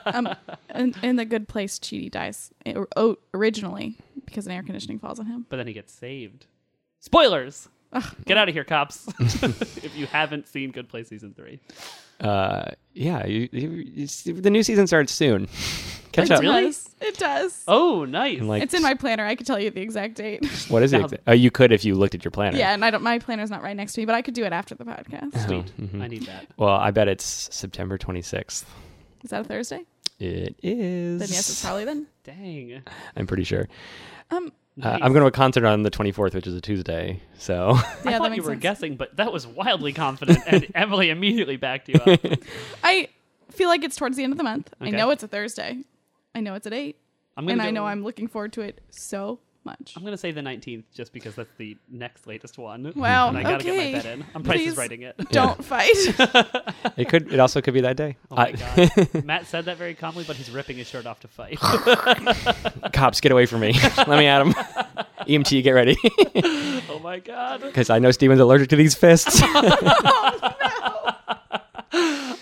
Speaker 2: Um, in, in the good place, Chidi dies eh, or- o- originally because an air conditioning falls on him.
Speaker 3: But then he gets saved. Spoilers. Get out of here, cops! if you haven't seen Good Play season three,
Speaker 1: uh, yeah, you, you, you see- the new season starts soon. Catch
Speaker 2: it
Speaker 1: up.
Speaker 3: Really?
Speaker 2: does. It does.
Speaker 3: oh nice!
Speaker 1: And, like,
Speaker 2: It's in my planner. I could tell you the exact date.
Speaker 1: What is it?
Speaker 3: Now-
Speaker 1: exa- Oh, you could if you looked at your planner.
Speaker 2: yeah, and I don't. My planner's not right next to me, but I could do it after the podcast.
Speaker 1: Oh,
Speaker 3: Sweet.
Speaker 1: mhm.
Speaker 3: I need that.
Speaker 1: Well, I bet it's September 26th.
Speaker 2: Is that a Thursday?
Speaker 1: It is.
Speaker 2: Then yes, it's probably then.
Speaker 3: Dang.
Speaker 1: I'm pretty sure.
Speaker 2: Um,
Speaker 1: Uh,
Speaker 3: Nice.
Speaker 1: I'm going to a concert on the 24th, which is a Tuesday. So
Speaker 2: yeah,
Speaker 3: I
Speaker 2: that
Speaker 3: thought
Speaker 2: makes
Speaker 3: you were
Speaker 2: sense.
Speaker 3: guessing, but that was wildly confident, and Emily immediately backed you up.
Speaker 2: I feel like it's towards the end of the month. I
Speaker 3: Okay.
Speaker 2: know it's a Thursday. I know it's at eight,
Speaker 3: I'm gonna
Speaker 2: and I
Speaker 3: go-
Speaker 2: know I'm looking forward to it so much.
Speaker 3: I'm gonna say the 19th just because that's the next latest one.
Speaker 2: Wow,
Speaker 3: and I gotta
Speaker 2: okay.
Speaker 3: get my bet in. I'm Price
Speaker 2: Please
Speaker 3: is writing it.
Speaker 2: Don't fight.
Speaker 1: it could. It also could be that day. Uh,
Speaker 3: Oh my
Speaker 1: I-
Speaker 3: god. Matt said that very calmly, but he's ripping his shirt off to fight. Oh
Speaker 1: cops, get away from me. Let me at him. EMT, get ready.
Speaker 3: oh my god.
Speaker 1: Because I know Steven's allergic to these fists.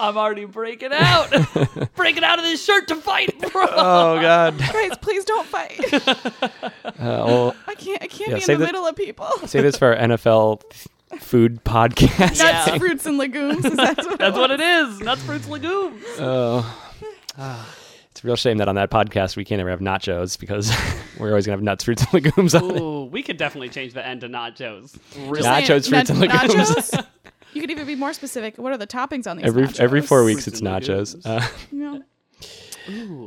Speaker 3: I'm already breaking out. breaking out of this shirt to fight, bro.
Speaker 1: oh, God.
Speaker 2: Guys, please don't fight.
Speaker 1: Uh, well,
Speaker 2: I can't. I can't
Speaker 1: Yeah,
Speaker 2: be in the,
Speaker 1: save the-
Speaker 2: middle of people.
Speaker 1: say this for our NFL food podcast.
Speaker 2: Nuts,
Speaker 3: Yeah.
Speaker 2: fruits, and legumes. Is that what
Speaker 3: That's what it is. Nuts, fruits, legumes.
Speaker 1: Oh. It's a real shame that on that podcast we can't ever have nachos because we're always going to have nuts, fruits, and legumes on it.
Speaker 3: Ooh, we could definitely change the end to nachos. Really?
Speaker 1: Just- Nachos,
Speaker 2: Saying,
Speaker 1: fruits, and legumes.
Speaker 2: Nachos? You could even be more specific. What are the toppings on these?
Speaker 1: Every,
Speaker 2: nachos?
Speaker 1: every four weeks it's
Speaker 3: Fruits and
Speaker 1: nachos.
Speaker 3: legumes.
Speaker 1: Uh,
Speaker 2: No.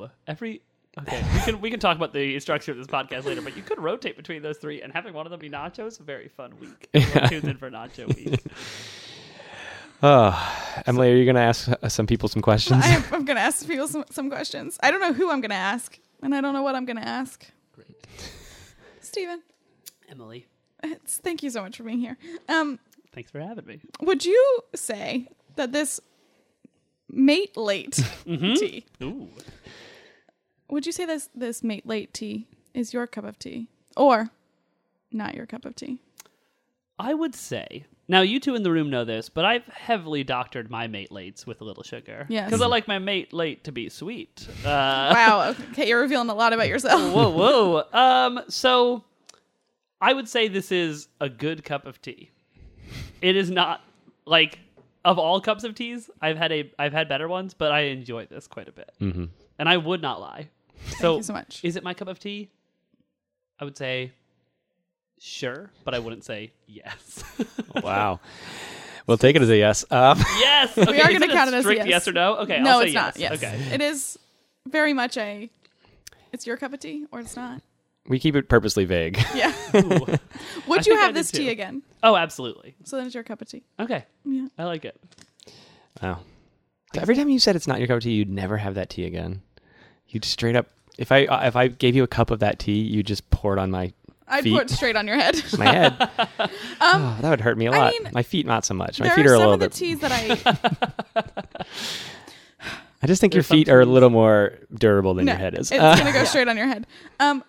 Speaker 3: Ooh, every. Okay, we can we can talk about the structure of this podcast later, but you could rotate between those three, and having one of them be nachos, is a very fun week. Everyone Tunes in for nacho week.
Speaker 1: oh. Emily, are you going to ask uh, some people some questions?
Speaker 2: I am, I'm going to ask people some, some questions. I don't know who I'm going to ask, and I don't know what I'm going to ask.
Speaker 3: Great,
Speaker 2: Steven,
Speaker 3: Emily,
Speaker 2: it's, thank you so much for being here. Um,
Speaker 3: thanks for having me.
Speaker 2: would you say that this mate late
Speaker 1: Mm-hmm.
Speaker 2: tea?
Speaker 3: Ooh,
Speaker 2: Would you say this this mate late tea is your cup of tea or not your cup of tea?
Speaker 3: I would say now you two in the room know this, but I've heavily doctored my mate lates with a little sugar.
Speaker 2: Yes.
Speaker 3: because I like my mate late to be sweet. Uh,
Speaker 2: Wow. Okay, you're revealing a lot about yourself.
Speaker 3: whoa, whoa. Um, so I would say this is a good cup of tea. It is not like of all cups of teas, I've had a I've had better ones, but I enjoy this quite a bit. Mm-hmm. And I would not lie. So,
Speaker 2: you so much.
Speaker 3: is it my cup of tea? I would say sure, but I wouldn't say yes.
Speaker 1: wow. We'll take it as a yes. Uh,
Speaker 3: yes. Okay,
Speaker 2: are
Speaker 3: is
Speaker 2: gonna
Speaker 3: a
Speaker 2: count it as
Speaker 3: strict
Speaker 2: yes.
Speaker 3: yes or no. Okay,
Speaker 2: no,
Speaker 3: I'll say
Speaker 2: it's not. Yes.
Speaker 3: Okay.
Speaker 2: It is very much a it's your cup of tea or it's not.
Speaker 1: we keep it purposely vague.
Speaker 2: Yeah.
Speaker 3: Ooh.
Speaker 2: Would
Speaker 3: I
Speaker 2: you
Speaker 3: think I
Speaker 2: have
Speaker 3: did
Speaker 2: this tea
Speaker 3: too.
Speaker 2: again?
Speaker 3: Oh, absolutely.
Speaker 2: So then it's your cup of tea.
Speaker 3: Okay.
Speaker 2: Yeah.
Speaker 3: I like it.
Speaker 1: Wow. So every time you said it's not your cup of tea, you'd never have that tea uh, again. You'd straight up. If I if I gave you a cup of that tea, you just pour it on my
Speaker 2: I'd
Speaker 1: Feet.
Speaker 2: put straight on your head.
Speaker 1: my head. Oh, that would hurt me a
Speaker 2: Um, I
Speaker 1: lot.
Speaker 2: mean,
Speaker 1: my feet, not so much. My
Speaker 2: there
Speaker 1: feet
Speaker 2: are
Speaker 1: are a
Speaker 2: some
Speaker 1: little
Speaker 2: of the
Speaker 1: bit.
Speaker 2: teas that I
Speaker 1: I just think your
Speaker 3: there's some
Speaker 1: feet are a
Speaker 3: teas-
Speaker 1: little more durable than
Speaker 2: no,
Speaker 1: your head is.
Speaker 2: It's
Speaker 1: Uh,
Speaker 2: gonna go straight on your head. Um,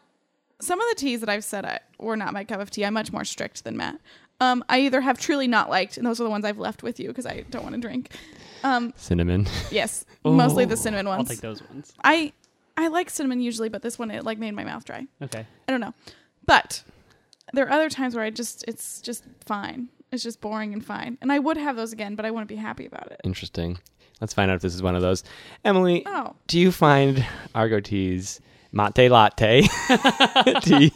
Speaker 2: some of the teas that I've said I, were not my cup of tea. I'm much more strict than Matt. Um, I either have truly not liked, and those are the ones I've left with you because I don't want to drink. Um,
Speaker 1: cinnamon.
Speaker 2: yes, mostly the
Speaker 3: Ooh,
Speaker 2: cinnamon
Speaker 3: I'll
Speaker 2: ones.
Speaker 3: take those ones.
Speaker 2: I I like cinnamon usually, but this one it like made my mouth dry.
Speaker 3: Okay.
Speaker 2: I don't know. But there are other times where I just it's just fine. It's just boring and fine. And I would have those again, but I wouldn't be happy about it.
Speaker 1: Interesting. Let's find out if this is one of those. Emily,
Speaker 2: Oh.
Speaker 1: do you find Argo Tea's mate latte tea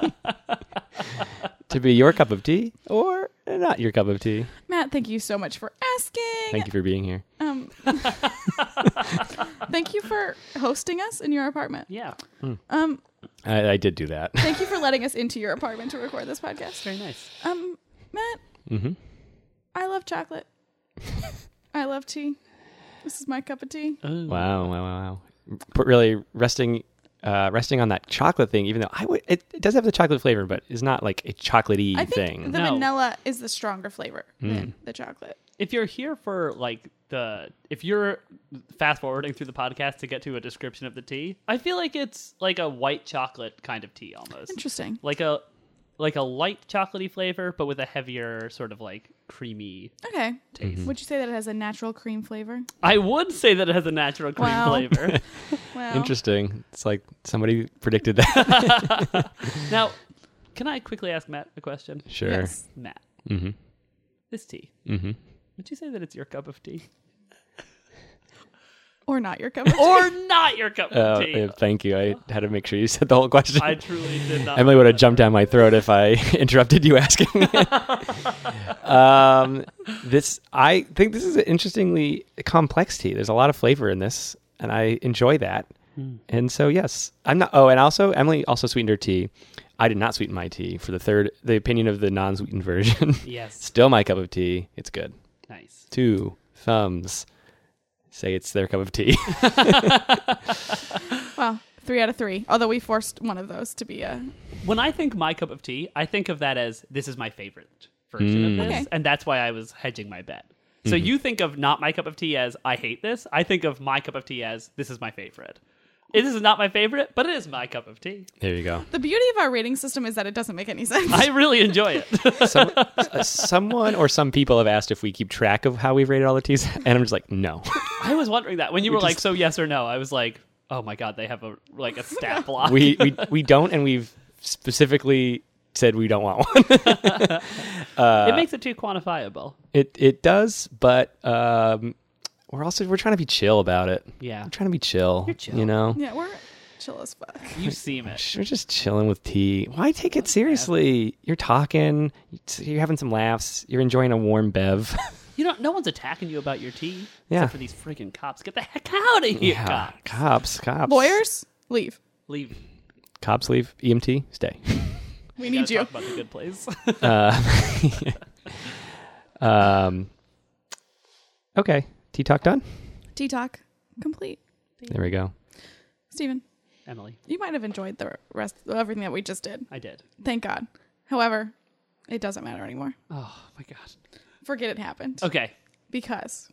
Speaker 1: to be your cup of tea or not your cup of tea?
Speaker 2: Matt, thank you so much for asking.
Speaker 1: Thank you for being here.
Speaker 2: Um Thank you for hosting us in your apartment.
Speaker 3: Yeah.
Speaker 2: Um
Speaker 1: I, I did do that.
Speaker 2: thank you for letting us into your apartment to record this podcast.
Speaker 3: Very nice.
Speaker 2: Um Matt,
Speaker 1: Mm-hmm.
Speaker 2: I love chocolate. I love tea. This is my cup of tea.
Speaker 3: Ooh.
Speaker 1: Wow, wow, wow, wow. But really resting uh, resting on that chocolate thing, even though I would it, it does have the chocolate flavor, but it's not like a chocolatey
Speaker 2: I think
Speaker 1: thing.
Speaker 2: the
Speaker 3: No.
Speaker 2: vanilla is the stronger flavor
Speaker 1: Mm.
Speaker 2: than the chocolate.
Speaker 3: If you're here for like the if you're fast forwarding through the podcast to get to a description of the tea, I feel like it's like a white chocolate kind of tea almost.
Speaker 2: Interesting.
Speaker 3: Like a like a light chocolatey flavor, but with a heavier sort of like creamy.
Speaker 2: Okay.
Speaker 1: Mm-hmm.
Speaker 2: Would you say that it has a natural cream flavor?
Speaker 3: I would say that it has a natural cream
Speaker 2: Wow.
Speaker 3: flavor.
Speaker 2: Well,
Speaker 1: Interesting. It's like somebody predicted that.
Speaker 3: now, can I quickly ask Matt a question?
Speaker 1: sure.
Speaker 2: yes.
Speaker 3: Matt,
Speaker 1: Mm-hmm.
Speaker 3: this tea.
Speaker 1: Mm-hmm.
Speaker 3: Would you say that it's your cup of tea?
Speaker 2: Or not your cup of tea.
Speaker 3: Or not your cup
Speaker 1: Uh,
Speaker 3: of tea?
Speaker 1: uh, thank you. I had to make sure you said the whole question.
Speaker 3: I truly did not.
Speaker 1: Emily would have jumped down my throat if I interrupted you asking. um, this, I think, this is an interestingly complex tea. There's a lot of flavor in this, and I enjoy that. And so, yes, I'm not. Oh, and also, Emily also sweetened her tea. I did not sweeten my tea for the third. The opinion of the non-sweetened version.
Speaker 3: Yes.
Speaker 1: Still, my cup of tea. It's good.
Speaker 3: Nice.
Speaker 1: Two thumbs. Say it's their cup of tea.
Speaker 2: Well, three out of three. Although we forced one of those to be uh, a.
Speaker 3: When I think my cup of tea, I think of that as this is my favorite version
Speaker 1: Mm.
Speaker 3: of this,
Speaker 2: Okay.
Speaker 3: and that's why I was hedging my bet. So
Speaker 1: Mm-hmm.
Speaker 3: you think of not my cup of tea as I hate this. I think of my cup of tea as this is my favorite. This is not my favorite, but it is my cup of tea.
Speaker 1: there you go.
Speaker 2: The beauty of our rating system is that it doesn't make any sense.
Speaker 3: I really enjoy it.
Speaker 1: Some, uh, someone or some people have asked if we keep track of how we've rated all the teas, and I'm just like, no.
Speaker 3: I was wondering that when you were like,
Speaker 1: just-
Speaker 3: so yes or no. I was like, oh my god, they have a like a stat block.
Speaker 1: we, we we don't, and we've specifically said we don't want one. uh,
Speaker 3: it makes it too quantifiable.
Speaker 1: It it does, but um, we're also we're trying to be chill about it.
Speaker 3: Yeah.
Speaker 1: we're trying to be chill.
Speaker 3: You're chill.
Speaker 1: You know,
Speaker 2: yeah, we're chill as fuck.
Speaker 3: You seem it.
Speaker 1: Sh- we're just chilling with tea. Why take
Speaker 3: Oh,
Speaker 1: it seriously? You're talking, you're having some laughs, you're enjoying a warm bev.
Speaker 3: You know, no one's attacking you about your tea.
Speaker 1: Yeah.
Speaker 3: Except for these freaking cops. Get the heck out of here, cops.
Speaker 1: cops, cops,
Speaker 2: Lawyers, leave.
Speaker 3: Leave.
Speaker 1: cops leave. EMT, stay.
Speaker 2: We need
Speaker 3: Gotta
Speaker 2: you.
Speaker 3: Talk about the good place.
Speaker 1: Um, okay, tea talk done.
Speaker 2: Tea talk complete.
Speaker 1: There we go.
Speaker 2: Steven,
Speaker 3: Emily,
Speaker 2: you might have enjoyed the rest of everything that we just did.
Speaker 3: I did.
Speaker 2: Thank God. However, it doesn't matter anymore.
Speaker 3: Oh my god.
Speaker 2: Forget it happened.
Speaker 3: Okay.
Speaker 2: Because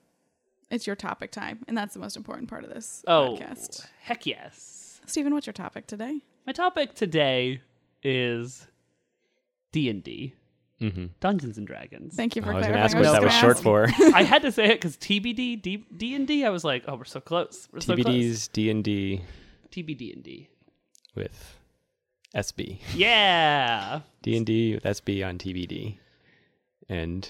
Speaker 2: it's your topic time, and that's the most important part of this
Speaker 3: Oh,
Speaker 2: podcast.
Speaker 3: heck yes.
Speaker 2: Steven, what's your topic today?
Speaker 3: My topic today is D and D,
Speaker 1: Mm-hmm.
Speaker 3: Dungeons and Dragons.
Speaker 2: Thank you for
Speaker 1: I was going to
Speaker 2: clarifying.
Speaker 1: ask what
Speaker 2: I
Speaker 1: that was
Speaker 2: gonna
Speaker 1: short
Speaker 2: ask.
Speaker 1: for.
Speaker 3: I had to say it because TBD, D and D. I was like, oh, we're so close. We're so close.
Speaker 1: TBD's D and D
Speaker 3: TBD and D.
Speaker 1: with SB.
Speaker 3: Yeah.
Speaker 1: D and D with SB on TBD, and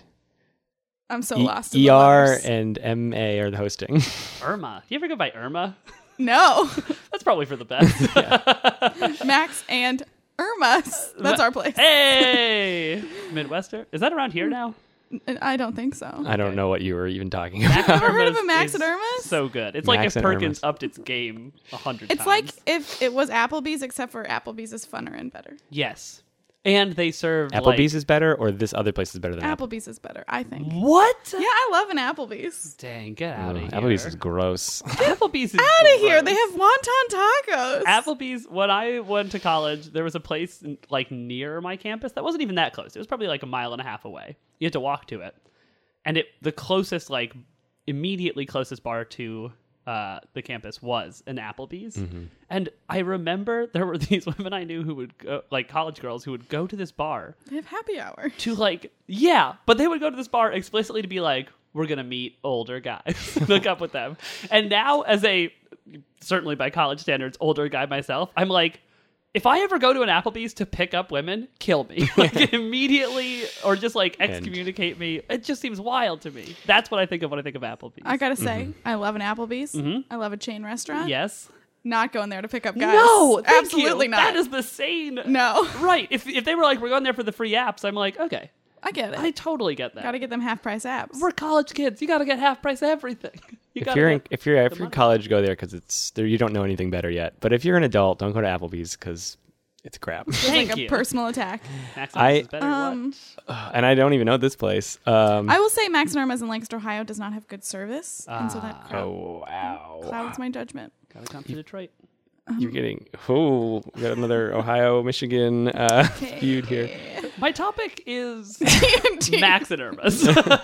Speaker 2: I'm so
Speaker 1: E-
Speaker 2: lost. in the
Speaker 1: ER
Speaker 2: letters.
Speaker 1: and MA are the hosting.
Speaker 3: Irma. You ever go by Irma?
Speaker 2: no,
Speaker 3: That's probably for the best.
Speaker 2: Max and Irma's. That's our place.
Speaker 3: hey, Midwestern. Is that around here now?
Speaker 2: I don't think so.
Speaker 1: I don't know what you were even talking about.
Speaker 3: Max and
Speaker 2: Ever heard of
Speaker 3: Irma's
Speaker 2: a Max and
Speaker 3: is
Speaker 2: Irma's?
Speaker 3: So good. It's like
Speaker 1: Max
Speaker 3: if
Speaker 1: and
Speaker 3: Perkins
Speaker 1: Irma's.
Speaker 3: upped its game a hundred.
Speaker 2: It's
Speaker 3: times.
Speaker 2: like if it was Applebee's, except for Applebee's is funner and better.
Speaker 3: yes, And they serve
Speaker 1: Applebee's
Speaker 3: Like,
Speaker 1: is better, or this other place is better than Apple.
Speaker 2: Applebee's is better, I
Speaker 3: Mm.
Speaker 2: think.
Speaker 3: what?
Speaker 2: Yeah, I love an Applebee's.
Speaker 3: Dang, get out of
Speaker 1: Ooh,
Speaker 3: here.
Speaker 1: Applebee's is gross.
Speaker 3: Applebee's is
Speaker 2: Out of here.
Speaker 3: gross.
Speaker 2: They have wonton tacos.
Speaker 3: Applebee's. When I went to college, there was a place like near my campus that wasn't even that close. It was probably like a mile and a half away. You had to walk to it, and it the closest like immediately closest bar to uh, the campus was an Applebee's. And I remember there were these women I knew who would go, like college girls who would go to this bar
Speaker 2: They have happy hour.
Speaker 3: to like yeah but they would go to this bar explicitly to be like we're gonna meet older guys hook up with them and now as a certainly by college standards older guy myself i'm like if i ever go to an applebee's to pick up women kill me like immediately or just like excommunicate me it just seems wild to me that's what i think of when i think of applebee's
Speaker 2: I gotta say,
Speaker 3: Mm-hmm.
Speaker 2: I love an Applebee's. I love a chain restaurant.
Speaker 3: yes
Speaker 2: Not going there to pick up guys.
Speaker 3: no thank
Speaker 2: absolutely
Speaker 3: you.
Speaker 2: not.
Speaker 3: that is the same
Speaker 2: no,
Speaker 3: right if, if they were like we're going there for the free apps i'm like okay
Speaker 2: I get it.
Speaker 3: i totally get that
Speaker 2: gotta get them half price apps.
Speaker 3: we're college kids. You gotta get half price everything. You
Speaker 1: if
Speaker 3: gotta
Speaker 1: you're in,
Speaker 3: get-
Speaker 1: if you're if you're in
Speaker 3: money.
Speaker 1: college, go there because it's there. You don't know anything better yet. But if you're an adult, don't go to Applebee's because it's crap.
Speaker 2: It's
Speaker 3: thank
Speaker 2: like a
Speaker 3: you.
Speaker 2: personal attack.
Speaker 3: Max
Speaker 1: I-
Speaker 3: Lux is better,
Speaker 2: Um,
Speaker 3: what?
Speaker 1: and I don't even know this place. Um,
Speaker 2: I will say Max and Irma's in Lancaster, Ohio does not have good service. and so that
Speaker 3: Ah.
Speaker 2: crowd
Speaker 1: oh wow!
Speaker 2: clouds my judgment.
Speaker 3: gotta come to Detroit.
Speaker 1: You're getting oh, we got another Ohio Michigan uh, feud here.
Speaker 3: My topic is
Speaker 2: TNT.
Speaker 3: Max and Irma's.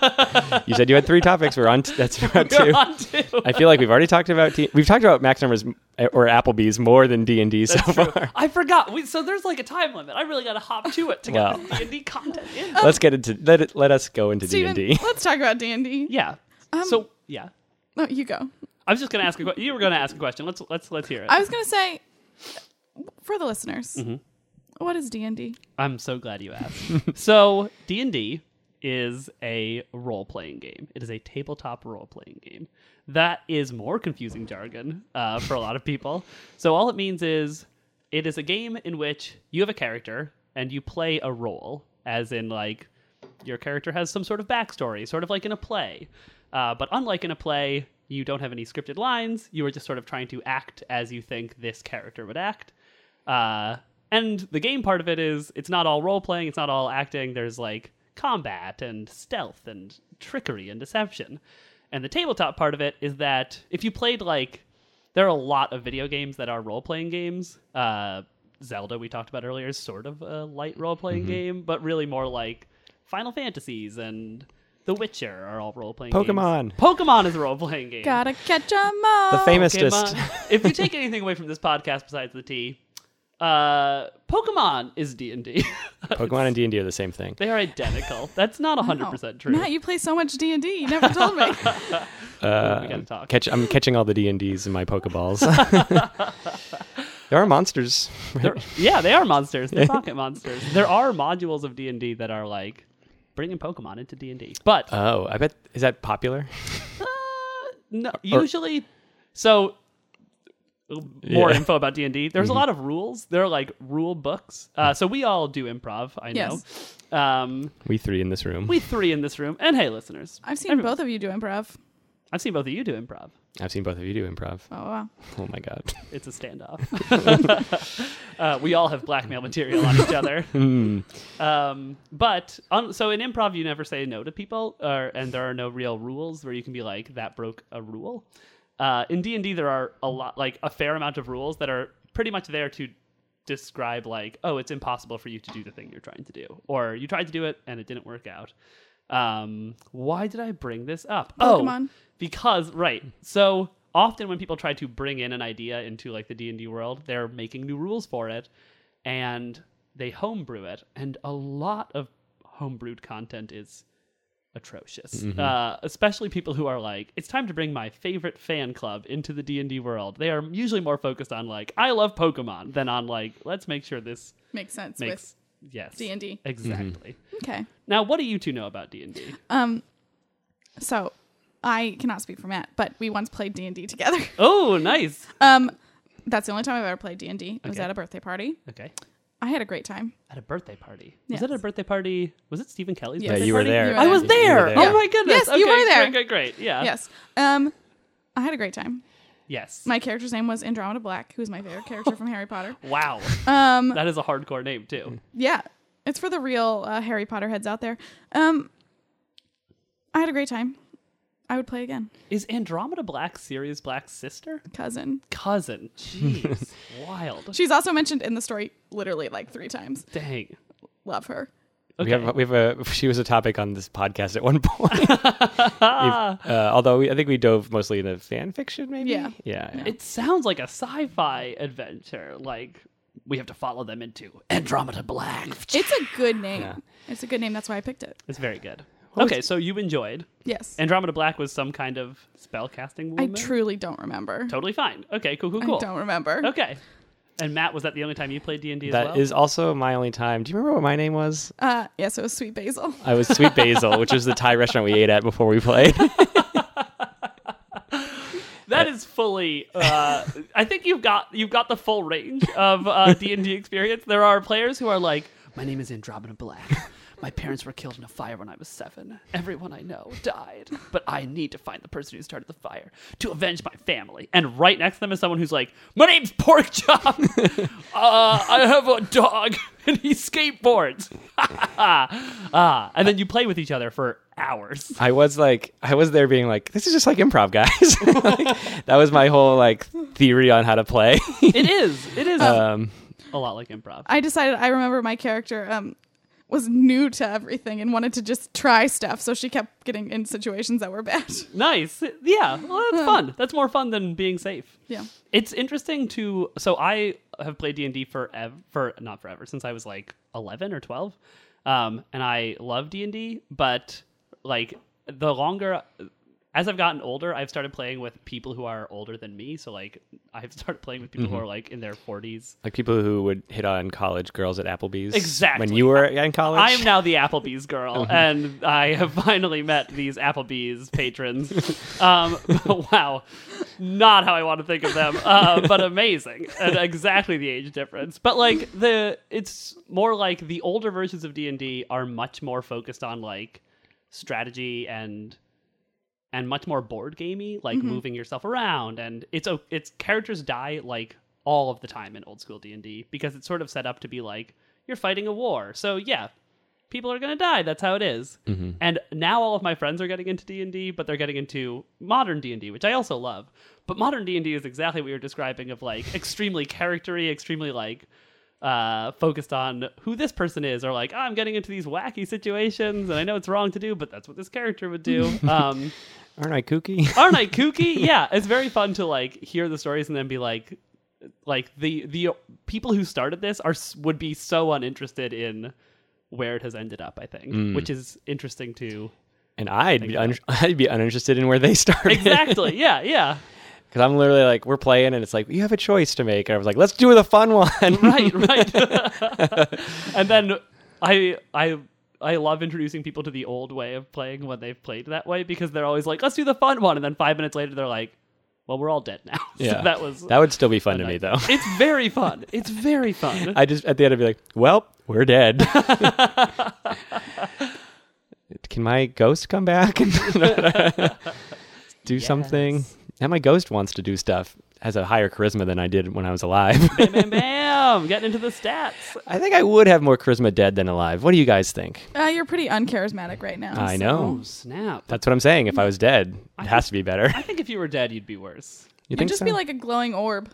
Speaker 1: You said you had three topics. We're on. T- that's about two.
Speaker 3: We're on to-
Speaker 1: I feel like we've already talked about t- we've talked about Max Numbers or Applebee's more than D and D so
Speaker 3: True.
Speaker 1: far.
Speaker 3: I forgot. We, so there's like a time limit. I really gotta hop to it to get
Speaker 1: Wow.
Speaker 3: the D&D content in.
Speaker 1: Let's get into let it, let us go into D
Speaker 2: Steven,
Speaker 1: and D.
Speaker 2: let's talk about D&D.
Speaker 3: yeah. so yeah,
Speaker 2: No, you go.
Speaker 3: I was just gonna ask a question. You were gonna ask a question. Let's let's let's hear it.
Speaker 2: I was going to say, for the listeners,
Speaker 3: Mm-hmm.
Speaker 2: what is D&D?
Speaker 3: I'm so glad you asked. so D and D is a role playing game. It is a tabletop role playing game. That is more confusing jargon uh, for a lot of people. So all it means is it is a game in which you have a character and you play a role, as in like your character has some sort of backstory, sort of like in a play. Uh, but unlike in a play, you don't have any scripted lines. You are just sort of trying to act as you think this character would act. Uh, and the game part of it is it's not all role playing, it's not all acting. There's like combat and stealth and trickery and deception. And the tabletop part of it is that if you played like there are a lot of video games that are role playing games. Uh, Zelda, we talked about earlier, is sort of a light role playing game, but really more like Final Fantasies and The Witcher are all role playing
Speaker 1: Pokemon.
Speaker 3: Pokemon is a role playing game.
Speaker 2: Gotta catch 'em all.
Speaker 1: The famous
Speaker 3: Okay,
Speaker 1: just
Speaker 3: Ma- if you take anything away from this podcast besides the tea, uh, Pokemon is D and D.
Speaker 1: Pokemon and D and D are the same thing.
Speaker 3: They are identical. That's not hundred
Speaker 2: No.
Speaker 3: percent true.
Speaker 2: Oh, Matt, you play so much D&D. You never told me.
Speaker 3: we gotta talk.
Speaker 1: Uh, Catch I'm catching all the D and Ds in my Pokeballs. there are monsters.
Speaker 3: They're- yeah, they are monsters. They're pocket monsters. There are modules of D and D that are like bringing Pokemon into D and D, but
Speaker 1: Oh, I bet is that popular?
Speaker 3: no,
Speaker 1: or-
Speaker 3: usually so more
Speaker 1: Yeah. Mm-hmm.
Speaker 3: info about d&d there's a lot of rules there are like rule books uh, so we all do improv i know um,
Speaker 1: We three in this room.
Speaker 3: we three in this room and hey listeners
Speaker 2: I've seen
Speaker 3: Everyone-
Speaker 2: both of you do improv.
Speaker 3: I've seen both of you do improv.
Speaker 1: I've seen both of you do improv.
Speaker 2: Oh, wow.
Speaker 1: Oh my god.
Speaker 3: It's a standoff. uh, we all have blackmail material on each other. Um, but on, so in improv, you never say no to people, or, and there are no real rules where you can be like that broke a rule. Uh, in D and D, there are a lot, like a fair amount of rules that are pretty much there to describe like, oh, it's impossible for you to do the thing you're trying to do, or you tried to do it and it didn't work out. Um, why did I bring this up?
Speaker 2: Pokemon.
Speaker 3: Oh, because right. So often when people try to bring in an idea into like the D and D world, they're making new rules for it, and they homebrew it, and a lot of homebrewed content is atrocious. Uh, especially people who are like, it's time to bring my favorite fan club into the D and D world. They are usually more focused on like, I love Pokemon, than on like, let's make sure this
Speaker 2: Makes sense
Speaker 3: makes yes
Speaker 2: with D&D.
Speaker 3: exactly.
Speaker 2: Okay. Um,
Speaker 3: Now, what do you two know about D and D?
Speaker 2: So I cannot speak for Matt, but we once played D&D together.
Speaker 3: Oh, nice.
Speaker 2: Um, that's the only time I've ever played D&D. It was
Speaker 3: Okay.
Speaker 2: at a birthday party.
Speaker 3: Okay.
Speaker 2: I had a great time.
Speaker 3: At a birthday party.
Speaker 2: Yes.
Speaker 3: Was it a birthday party? Was it Stephen Kelly's?
Speaker 2: Yes.
Speaker 1: Yeah,
Speaker 3: birthday
Speaker 1: you were
Speaker 2: Party?
Speaker 1: there.
Speaker 2: You were
Speaker 3: I was
Speaker 1: You were
Speaker 3: there.
Speaker 1: there.
Speaker 3: Oh my goodness.
Speaker 2: Yes, you
Speaker 3: Okay,
Speaker 2: were there.
Speaker 3: Great, great, great. Yeah.
Speaker 2: Yes. Um, I had a great time.
Speaker 3: Yes.
Speaker 2: My character's name was Andromeda Black, who's my favorite character from Harry Potter.
Speaker 3: wow.
Speaker 2: Um,
Speaker 1: Hmm.
Speaker 3: That is a hardcore name too.
Speaker 2: yeah. It's for the real uh, Harry Potter heads out there. Um, I had a great time. I would play again.
Speaker 3: Is Andromeda Black Sirius Black's sister?
Speaker 2: Cousin.
Speaker 3: Cousin. Jeez. wild.
Speaker 2: She's also mentioned in the story literally like three times.
Speaker 3: Dang.
Speaker 2: Love her.
Speaker 1: We have we have a she was a topic on this podcast at one point. If- uh, although we, I think we dove mostly into fan fiction, maybe.
Speaker 2: Yeah.
Speaker 1: yeah. yeah.
Speaker 3: It sounds like a sci-fi adventure. Like we have to follow them into Andromeda Black.
Speaker 2: It's a good name.
Speaker 1: Yeah.
Speaker 2: It's a good name. That's why I picked it.
Speaker 3: It's very good.
Speaker 1: was-
Speaker 3: okay, so you enjoyed
Speaker 2: Yes.
Speaker 3: Andromeda Black was some kind of spell casting
Speaker 2: I
Speaker 3: woman.
Speaker 2: truly don't remember.
Speaker 3: totally fine. Okay, cool, cool, cool.
Speaker 2: I don't remember.
Speaker 3: Okay. And Matt, was that the only time you played D and D as
Speaker 1: That is
Speaker 3: well?
Speaker 1: also my only time. Do you remember what my name was?
Speaker 2: Uh, yeah, so it was Sweet Basil.
Speaker 1: I was Sweet Basil, which was the Thai restaurant we ate at before we played.
Speaker 3: That is fully. Uh, I think you've got you've got the full range of uh, D and D experience. There are players who are like, "My name is Andromeda Black. My parents were killed in a fire when I was seven. Everyone I know died, but I need to find the person who started the fire to avenge my family." And right next to them is someone who's like, "My name's Pork Chop. uh, I have a dog, and he skateboards." ah, and then you play with each other for hours.
Speaker 1: I was like, I was there being like, this is just like improv, guys. Like, that was my whole like theory on how to play.
Speaker 3: It is. It is
Speaker 1: um,
Speaker 3: a lot like improv.
Speaker 2: I decided I remember my character um was new to everything and wanted to just try stuff, so she kept getting in situations that were bad.
Speaker 3: Nice. Yeah. Well, that's fun. That's more fun than being safe.
Speaker 2: Yeah.
Speaker 3: It's interesting to so I have played D and D forever, for not forever, since I was like eleven or twelve, um, and I love D and D. But like the longer, as I've gotten older, I've started playing with people who are older than me. So like I've started playing with people who are like in their forties.
Speaker 1: like people who would hit on college girls at Applebee's.
Speaker 3: Exactly.
Speaker 1: When you were in college.
Speaker 3: I am now the Applebee's girl, and I have finally met these Applebee's patrons. Um, wow, not how I want to think of them, uh, but amazing and exactly the age difference. But like the, it's more like the older versions of D and D are much more focused on like strategy and and much more board gamey, like moving yourself around. And it's o- it's characters die like all of the time in old school D and D because it's sort of set up to be like you're fighting a war. So yeah, people are gonna die. That's how it is. And now all of my friends are getting into D and D, but they're getting into modern D and D, which I also love. But modern D and D is exactly what you're describing of like extremely charactery, extremely like uh focused on who this person is or like "Ah, i'm getting into these wacky situations and i know it's wrong to do but that's what this character would do um
Speaker 1: Aren't I kooky?
Speaker 3: aren't I kooky? Yeah, it's very fun to like hear the stories and then be like, like the the people who started this are s- would be so uninterested in where it has ended up. I think,
Speaker 1: Mm.
Speaker 3: which is interesting too.
Speaker 1: And I'd be, un- I'd be uninterested in where they started.
Speaker 3: Exactly. yeah. Yeah.
Speaker 1: Because I'm literally like, we're playing, and it's like, you have a choice to make. And I was like, let's do the fun one.
Speaker 3: Right. Right. and then I I. I love introducing people to the old way of playing when they've played that way because they're always like, "Let's do the fun one," and then five minutes later they're like, "Well, we're all dead now." So
Speaker 1: Yeah.
Speaker 3: that was
Speaker 1: that would still be fun to me, though.
Speaker 3: it's very fun. It's very fun.
Speaker 1: I just, at the end, I'd be like, well, we're dead. Can my ghost come back and do something?
Speaker 3: Yes.
Speaker 1: And my ghost wants to do stuff. Has a higher charisma than I did when I was alive.
Speaker 3: bam, bam, bam. Getting into the stats.
Speaker 1: I think I would have more charisma dead than alive. What do you guys think?
Speaker 2: Uh, you're pretty uncharismatic right now.
Speaker 1: I
Speaker 2: so-
Speaker 1: know.
Speaker 3: snap.
Speaker 1: That's what I'm saying. If I was dead, it has to be better.
Speaker 3: I think if you were dead, you'd be worse.
Speaker 1: You
Speaker 2: You'd
Speaker 1: think
Speaker 2: just
Speaker 1: so?
Speaker 2: be like a glowing orb.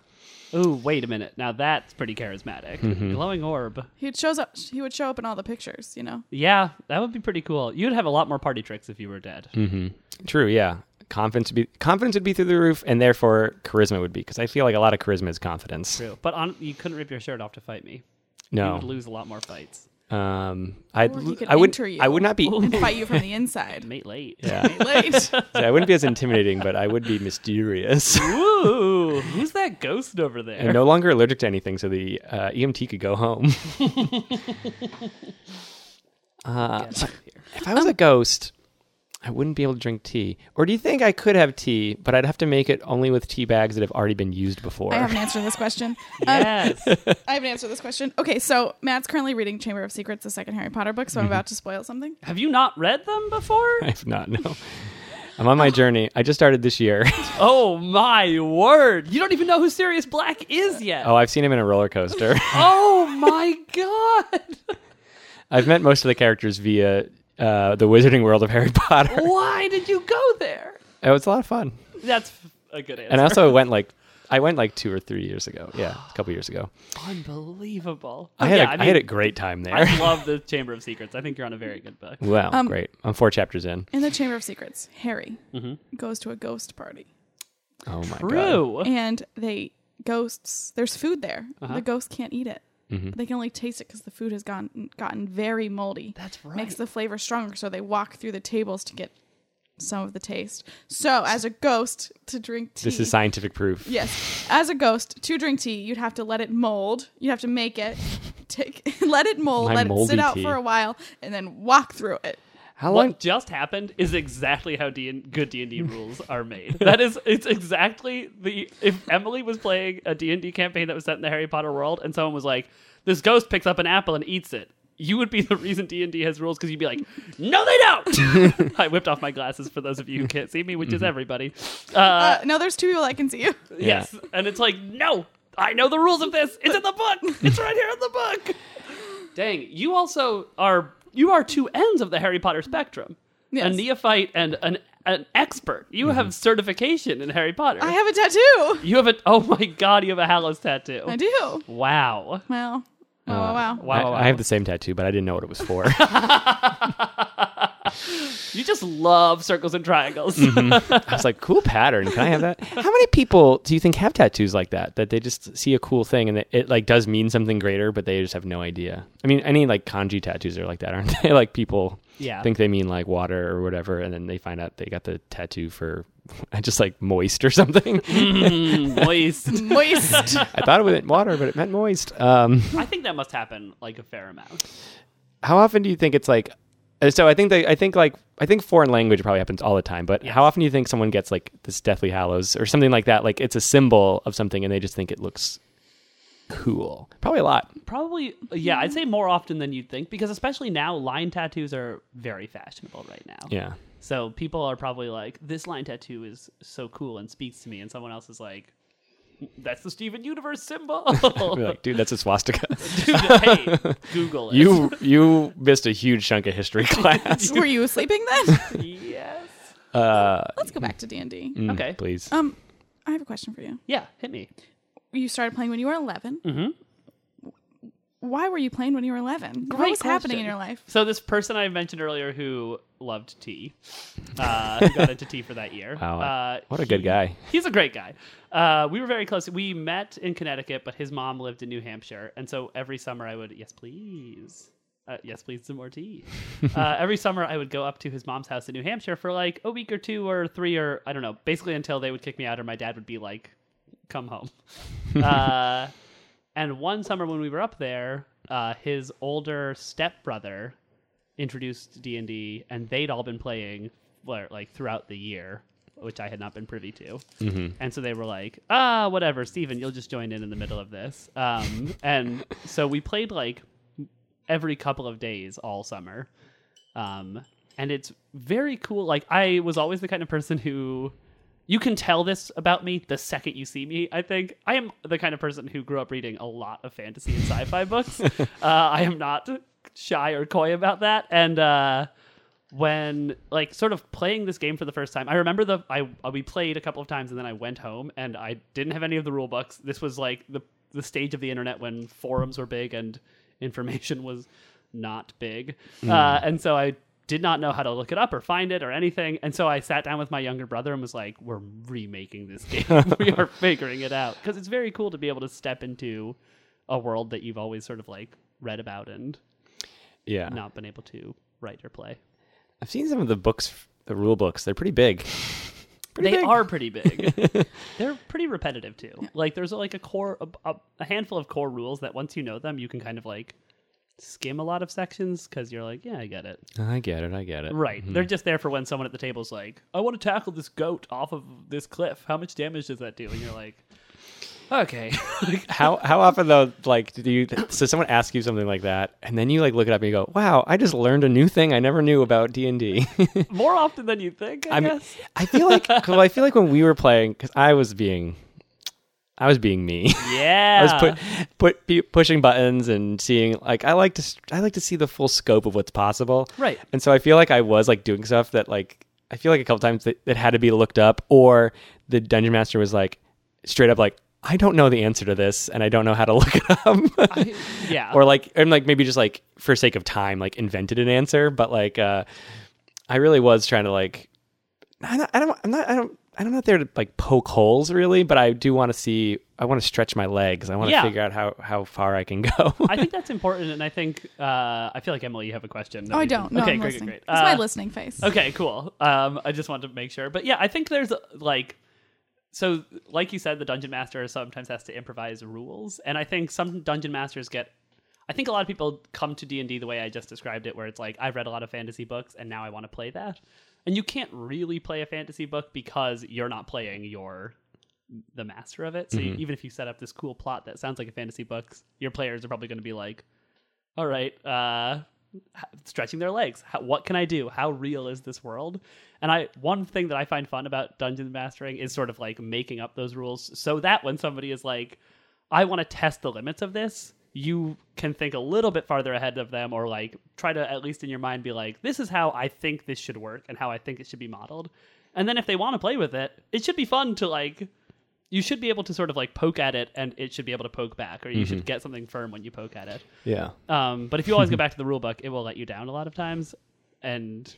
Speaker 3: Ooh, wait a minute. Now that's pretty charismatic.
Speaker 1: Mm-hmm.
Speaker 3: Glowing orb.
Speaker 2: He shows up. He would show up in all the pictures. You know.
Speaker 3: Yeah, that would be pretty cool. You'd have a lot more party tricks if you were dead.
Speaker 1: Hmm. True, yeah. Confidence would be confidence would be through the roof, and therefore charisma would be because I feel like a lot of charisma is confidence.
Speaker 3: True. But on, you couldn't rip your shirt off to fight me. You
Speaker 1: No,
Speaker 3: would lose a lot more fights.
Speaker 1: um, I
Speaker 2: Or he could
Speaker 1: I would
Speaker 2: enter you.
Speaker 1: I would not be
Speaker 2: And fight you from the inside.
Speaker 3: Mate late.
Speaker 1: yeah
Speaker 2: Late.
Speaker 1: I wouldn't be as intimidating, but I would be mysterious
Speaker 3: Ooh, who's that ghost over there?
Speaker 1: and no longer allergic to anything, so the uh, EMT could go home. uh,
Speaker 3: Get out of here.
Speaker 1: if I was
Speaker 2: Um,
Speaker 1: a ghost, I wouldn't be able to drink tea. Or do you think I could have tea, but I'd have to make it only with tea bags that have already been used before?
Speaker 2: I have an answer to this question. Um,
Speaker 3: Yes.
Speaker 2: I have an answer to this question. Okay, so Matt's currently reading Chamber of Secrets, the second Harry Potter book, so
Speaker 1: Mm-hmm.
Speaker 2: I'm about to spoil something.
Speaker 3: have you not read them before?
Speaker 1: I've not. No, I'm on my journey. I just started this year.
Speaker 3: Oh my word. You don't even know who Sirius
Speaker 1: Uh,
Speaker 3: Black is yet.
Speaker 1: Oh, I've seen him in a roller coaster.
Speaker 3: oh my god.
Speaker 1: I've met most of the characters via uh, the Wizarding World of Harry Potter.
Speaker 3: Why did you go there?
Speaker 1: It was a lot of fun,
Speaker 3: That's f- a good answer.
Speaker 1: and I also went like I went like two or three years ago. Yeah, a couple years ago.
Speaker 3: unbelievable.
Speaker 1: I had
Speaker 3: Oh, yeah,
Speaker 1: a, I,
Speaker 3: mean,
Speaker 1: had a great time there.
Speaker 3: I love the Chamber of Secrets. I think you're on a very good book.
Speaker 1: wow,
Speaker 2: Um,
Speaker 1: great! I'm four chapters in.
Speaker 2: In the Chamber of Secrets, Harry
Speaker 1: Mm-hmm.
Speaker 2: goes to a ghost party,
Speaker 1: Oh my god!
Speaker 3: True.
Speaker 2: and they ghosts. There's food there.
Speaker 1: Uh-huh.
Speaker 2: The ghosts can't eat it.
Speaker 1: Mm-hmm.
Speaker 2: They can only taste it because the food has gotten gotten very moldy.
Speaker 3: That's
Speaker 2: Makes the flavor stronger, so they walk through the tables to get some of the taste. So, as a ghost, to drink tea.
Speaker 1: This is scientific proof.
Speaker 2: Yes. As a ghost, to drink tea, you'd have to let it mold. You'd have to make it, take, let it mold,
Speaker 1: My
Speaker 2: let it
Speaker 1: moldy
Speaker 2: sit out
Speaker 1: tea.
Speaker 2: for a while, and then walk through it.
Speaker 1: How long?
Speaker 3: What just happened is exactly how D- good D and D rules are made. That is, it's exactly the if Emily was playing a D and D campaign that was set in the Harry Potter world, and someone was like, "This ghost picks up an apple and eats it." You would be the reason D and D has rules because you'd be like, "No, they don't." I whipped off my glasses for those of you who can't see me, which
Speaker 1: Mm-hmm.
Speaker 3: is everybody.
Speaker 2: Uh, no, there's two people that can see you.
Speaker 3: Yes. And it's like, no, I know the rules of this. It's in the book. It's right here in the book. Dang, you also are you are two ends of the Harry Potter spectrum.
Speaker 2: Yes. Mm-hmm.
Speaker 3: A neophyte and an an expert. You have certification in Harry Potter.
Speaker 2: I have a tattoo.
Speaker 3: you have a oh my god, you have a Hallows tattoo.
Speaker 2: I do.
Speaker 3: Wow.
Speaker 2: Well,
Speaker 1: Oh,
Speaker 2: wow, wow, wow.
Speaker 1: I,
Speaker 3: Wow, wow,
Speaker 1: I have
Speaker 3: wow.
Speaker 1: the same tattoo, but I didn't know what it was for.
Speaker 3: You just love circles and triangles.
Speaker 2: Mm-hmm.
Speaker 1: I was like, cool pattern. Can I have that? How many people do you think have tattoos like that? That they just see a cool thing and it, it like does mean something greater, but they just have no idea. I mean, any like kanji tattoos are like that, aren't they? Like people
Speaker 3: Yeah.
Speaker 1: think they mean like water or whatever, and then they find out they got the tattoo for just like moist or something.
Speaker 3: Mm, moist.
Speaker 2: Moist.
Speaker 1: I thought it meant water, but it meant moist. Um,
Speaker 3: I think that must happen like a fair amount.
Speaker 1: how often do you think it's like? uh, So I think they, I think like I think foreign language probably happens all the time, but how often do you think someone gets like this Deathly Hallows or something like that? Like it's a symbol of something, and they just think it looks cool. Probably a lot.
Speaker 3: Probably, yeah,
Speaker 2: Mm-hmm.
Speaker 3: I'd say more often than you'd think because, especially now, line tattoos are very fashionable right now.
Speaker 1: Yeah.
Speaker 3: So people are probably like, this line tattoo is so cool and speaks to me. And someone else is like, that's the Steven Universe symbol.
Speaker 1: You're like, dude, that's a swastika.
Speaker 3: Dude, hey, Google it.
Speaker 1: you you missed a huge chunk of history class.
Speaker 2: Were you sleeping then?
Speaker 3: Yes.
Speaker 1: Uh,
Speaker 2: Let's go back to D and D.
Speaker 1: mm,
Speaker 3: Okay.
Speaker 1: please.
Speaker 2: Um, I have a question for you.
Speaker 3: Yeah, hit me.
Speaker 2: You started playing when you were 11. Mm-hmm. Why were you playing when you were 11? what
Speaker 3: Mm-hmm. Great
Speaker 2: was happening in
Speaker 3: question.
Speaker 2: your life?
Speaker 3: So this person I mentioned earlier who loved tea, uh, who got into tea for that year.
Speaker 1: Wow,
Speaker 3: Uh,
Speaker 1: what a good guy.
Speaker 3: He's a great guy. Uh, we were very close. We met in Connecticut, but his mom lived in New Hampshire, and so every summer I would yes please, uh, yes please some more tea. uh, every summer I would go up to his mom's house in New Hampshire for like a week or two or three or I don't know, basically until they would kick me out or my dad would be like, come home. uh, and one summer when we were up there, uh, his older stepbrother introduced D and D, and they'd all been playing well, like throughout the year, which I had not been privy to. And so they were like, "Ah, whatever, Steven, you'll just join in in the middle of this." Um, and so we played like every couple of days all summer, um, and it's very cool. Like I was always the kind of person who. You can tell this about me the second you see me. I think I am the kind of person who grew up reading a lot of fantasy and sci-fi books. Uh, I am not shy or coy about that, and uh, when like sort of playing this game for the first time i remember the i uh, we played a couple of times and then i went home and i didn't have any of the rule books this was like the the stage of the internet when forums were big and information was not big uh, and so i did not know how to look it up or find it or anything and so i sat down with my younger brother and was like we're remaking this game we are figuring it out because it's very cool to be able to step into a world that you've always sort of like read about and
Speaker 1: Yeah.
Speaker 3: not been able to write or play
Speaker 1: I've seen some of the books, the rule books. They're pretty big. Pretty
Speaker 3: they
Speaker 1: big.
Speaker 3: are pretty big. They're pretty repetitive too. Like there's like a core, a- a, a handful of core rules that once you know them, you can kind of like skim a lot of sections because you're like, yeah, I get it. Mm-hmm.
Speaker 1: I get it. I get it.
Speaker 3: Right. They're just there for when someone at the table's like, I want to tackle this goat off of this cliff. How much damage does that do? And you're like, okay.
Speaker 1: How how often though, like, do you? So someone asks you something like that, and then you like look it up and you go, "Wow, I just learned a new thing I never knew about D and D."
Speaker 3: More often than you think, I,
Speaker 1: I mean,
Speaker 3: guess.
Speaker 1: I feel like, well, I feel like when we were playing, because I was being, I was being me.
Speaker 3: Yeah.
Speaker 1: I was put, put pu- pushing buttons and seeing like I like to s- I like to see the full scope of what's possible.
Speaker 3: Right.
Speaker 1: And so I feel like I was like doing stuff that like I feel like a couple times that, that had to be looked up or the dungeon master was like straight up like I don't know the answer to this and I don't know how to look it up.
Speaker 3: I- yeah.
Speaker 1: or like and like maybe just like for sake of time like invented an answer but like uh i really was trying to like i don't, I don't i'm not i don't i'm not there to like poke holes really but i do want to see i want to stretch my legs i want to
Speaker 3: Yeah.
Speaker 1: figure out how how far i can go
Speaker 3: I think that's important, and I think uh, I feel like Emily, you have a question. that
Speaker 2: Oh, I
Speaker 3: we can-
Speaker 2: don't. No,
Speaker 3: okay,
Speaker 2: I'm
Speaker 3: great,
Speaker 2: listening.
Speaker 3: great, great.
Speaker 2: It's my
Speaker 3: Uh,
Speaker 2: listening face.
Speaker 3: Okay, cool. Um, I just wanted to make sure, but yeah, I think there's like, so like you said, the dungeon master sometimes has to improvise rules, and I think some dungeon masters get. I think a lot of people come to D and D the way I just described it, where it's like I've read a lot of fantasy books, and now I want to play that, and you can't really play a fantasy book because you're not playing your the master of it. So you, even if you set up this cool plot that sounds like a fantasy book, your players are probably going to be like, all right, uh, h- stretching their legs. How, what can I do? How real is this world? And I one thing that I find fun about dungeon mastering is sort of like making up those rules so that when somebody is like, I want to test the limits of this, you can think a little bit farther ahead of them or like try to at least in your mind be like, this is how I think this should work and how I think it should be modeled. And then if they want to play with it, it should be fun to like you should be able to sort of like poke at it and it should be able to poke back or you should get something firm when you poke at it.
Speaker 1: yeah
Speaker 3: Um, but if you always go back to the rule book, it will let you down a lot of times, and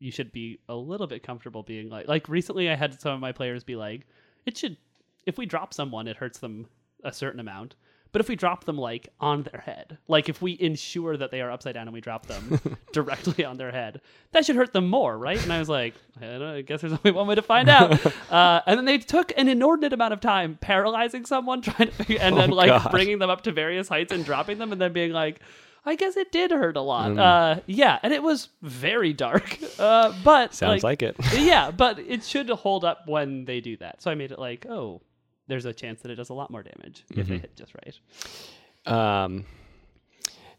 Speaker 3: you should be a little bit comfortable being like, like recently I had some of my players be like, it should, if we drop someone, it hurts them a certain amount, but if we drop them like on their head, like if we ensure that they are upside down and we drop them directly on their head, that should hurt them more, right? And I was like, I, don't know, I guess there's only one way to find out. uh, and then they took an inordinate amount of time paralyzing someone, trying to, figure, and then
Speaker 1: Oh,
Speaker 3: like
Speaker 1: God.
Speaker 3: bringing bringing them up to various heights and dropping them and then being like i guess it did hurt a lot
Speaker 1: Mm.
Speaker 3: uh yeah and it was very dark uh but
Speaker 1: sounds like, it
Speaker 3: yeah but it should hold up when they do that so i made it like oh there's a chance that it does a lot more damage if
Speaker 1: Mm-hmm.
Speaker 3: they hit just right
Speaker 1: um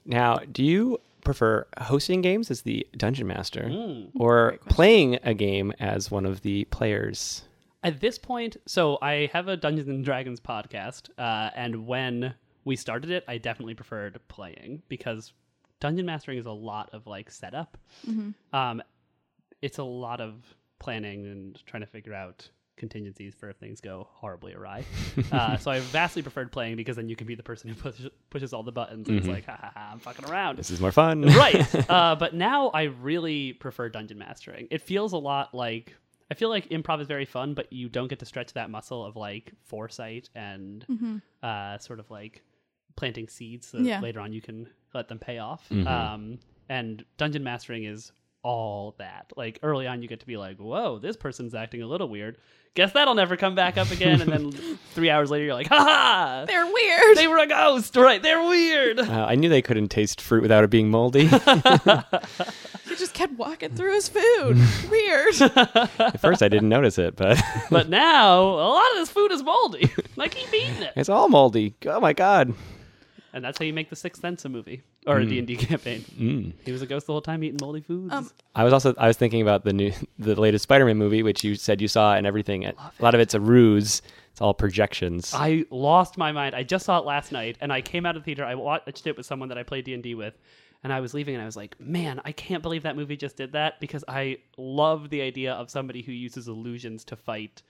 Speaker 1: now do you prefer hosting games as the dungeon master or playing a game as one of the players
Speaker 3: at this point so i have a dungeons and dragons podcast uh, and when we started it i definitely preferred playing because dungeon mastering is a lot of like setup um, it's a lot of planning and trying to figure out contingencies for if things go horribly awry uh, so i vastly preferred playing because then you can be the person who push, pushes all the buttons and it's like ha ha ha i'm fucking around
Speaker 1: this is more fun
Speaker 3: right uh, but now i really prefer dungeon mastering it feels a lot like i feel like improv is very fun but you don't get to stretch that muscle of like foresight and uh, sort of like planting seeds so that
Speaker 2: Yeah.
Speaker 3: later on you can let them pay off um, and dungeon mastering is all that like early on you get to be like whoa this person's acting a little weird guess that'll never come back up again and then three hours later you're like ha ha
Speaker 2: They're weird.
Speaker 3: they were a ghost right they're weird
Speaker 1: Uh, I knew they couldn't taste fruit without it being moldy.
Speaker 2: he just kept walking through his food. weird.
Speaker 1: At first, I didn't notice it, but
Speaker 3: But now a lot of this food is moldy. like keep eating it,
Speaker 1: it's all moldy. Oh my god!
Speaker 3: and that's how you make the Sixth Sense a movie or a D and D campaign. He was a ghost the whole time eating moldy foods.
Speaker 2: Um,
Speaker 1: I was also I was thinking about the new the latest Spider-Man movie, which you said you saw, and everything. A lot of it's a ruse. It's all projections.
Speaker 3: I lost my mind. I just saw it last night, and I came out of the theater. I watched it with someone that I played D and D with, and I was leaving, and I was like, "Man, I can't believe that movie just did that." Because I love the idea of somebody who uses illusions to fight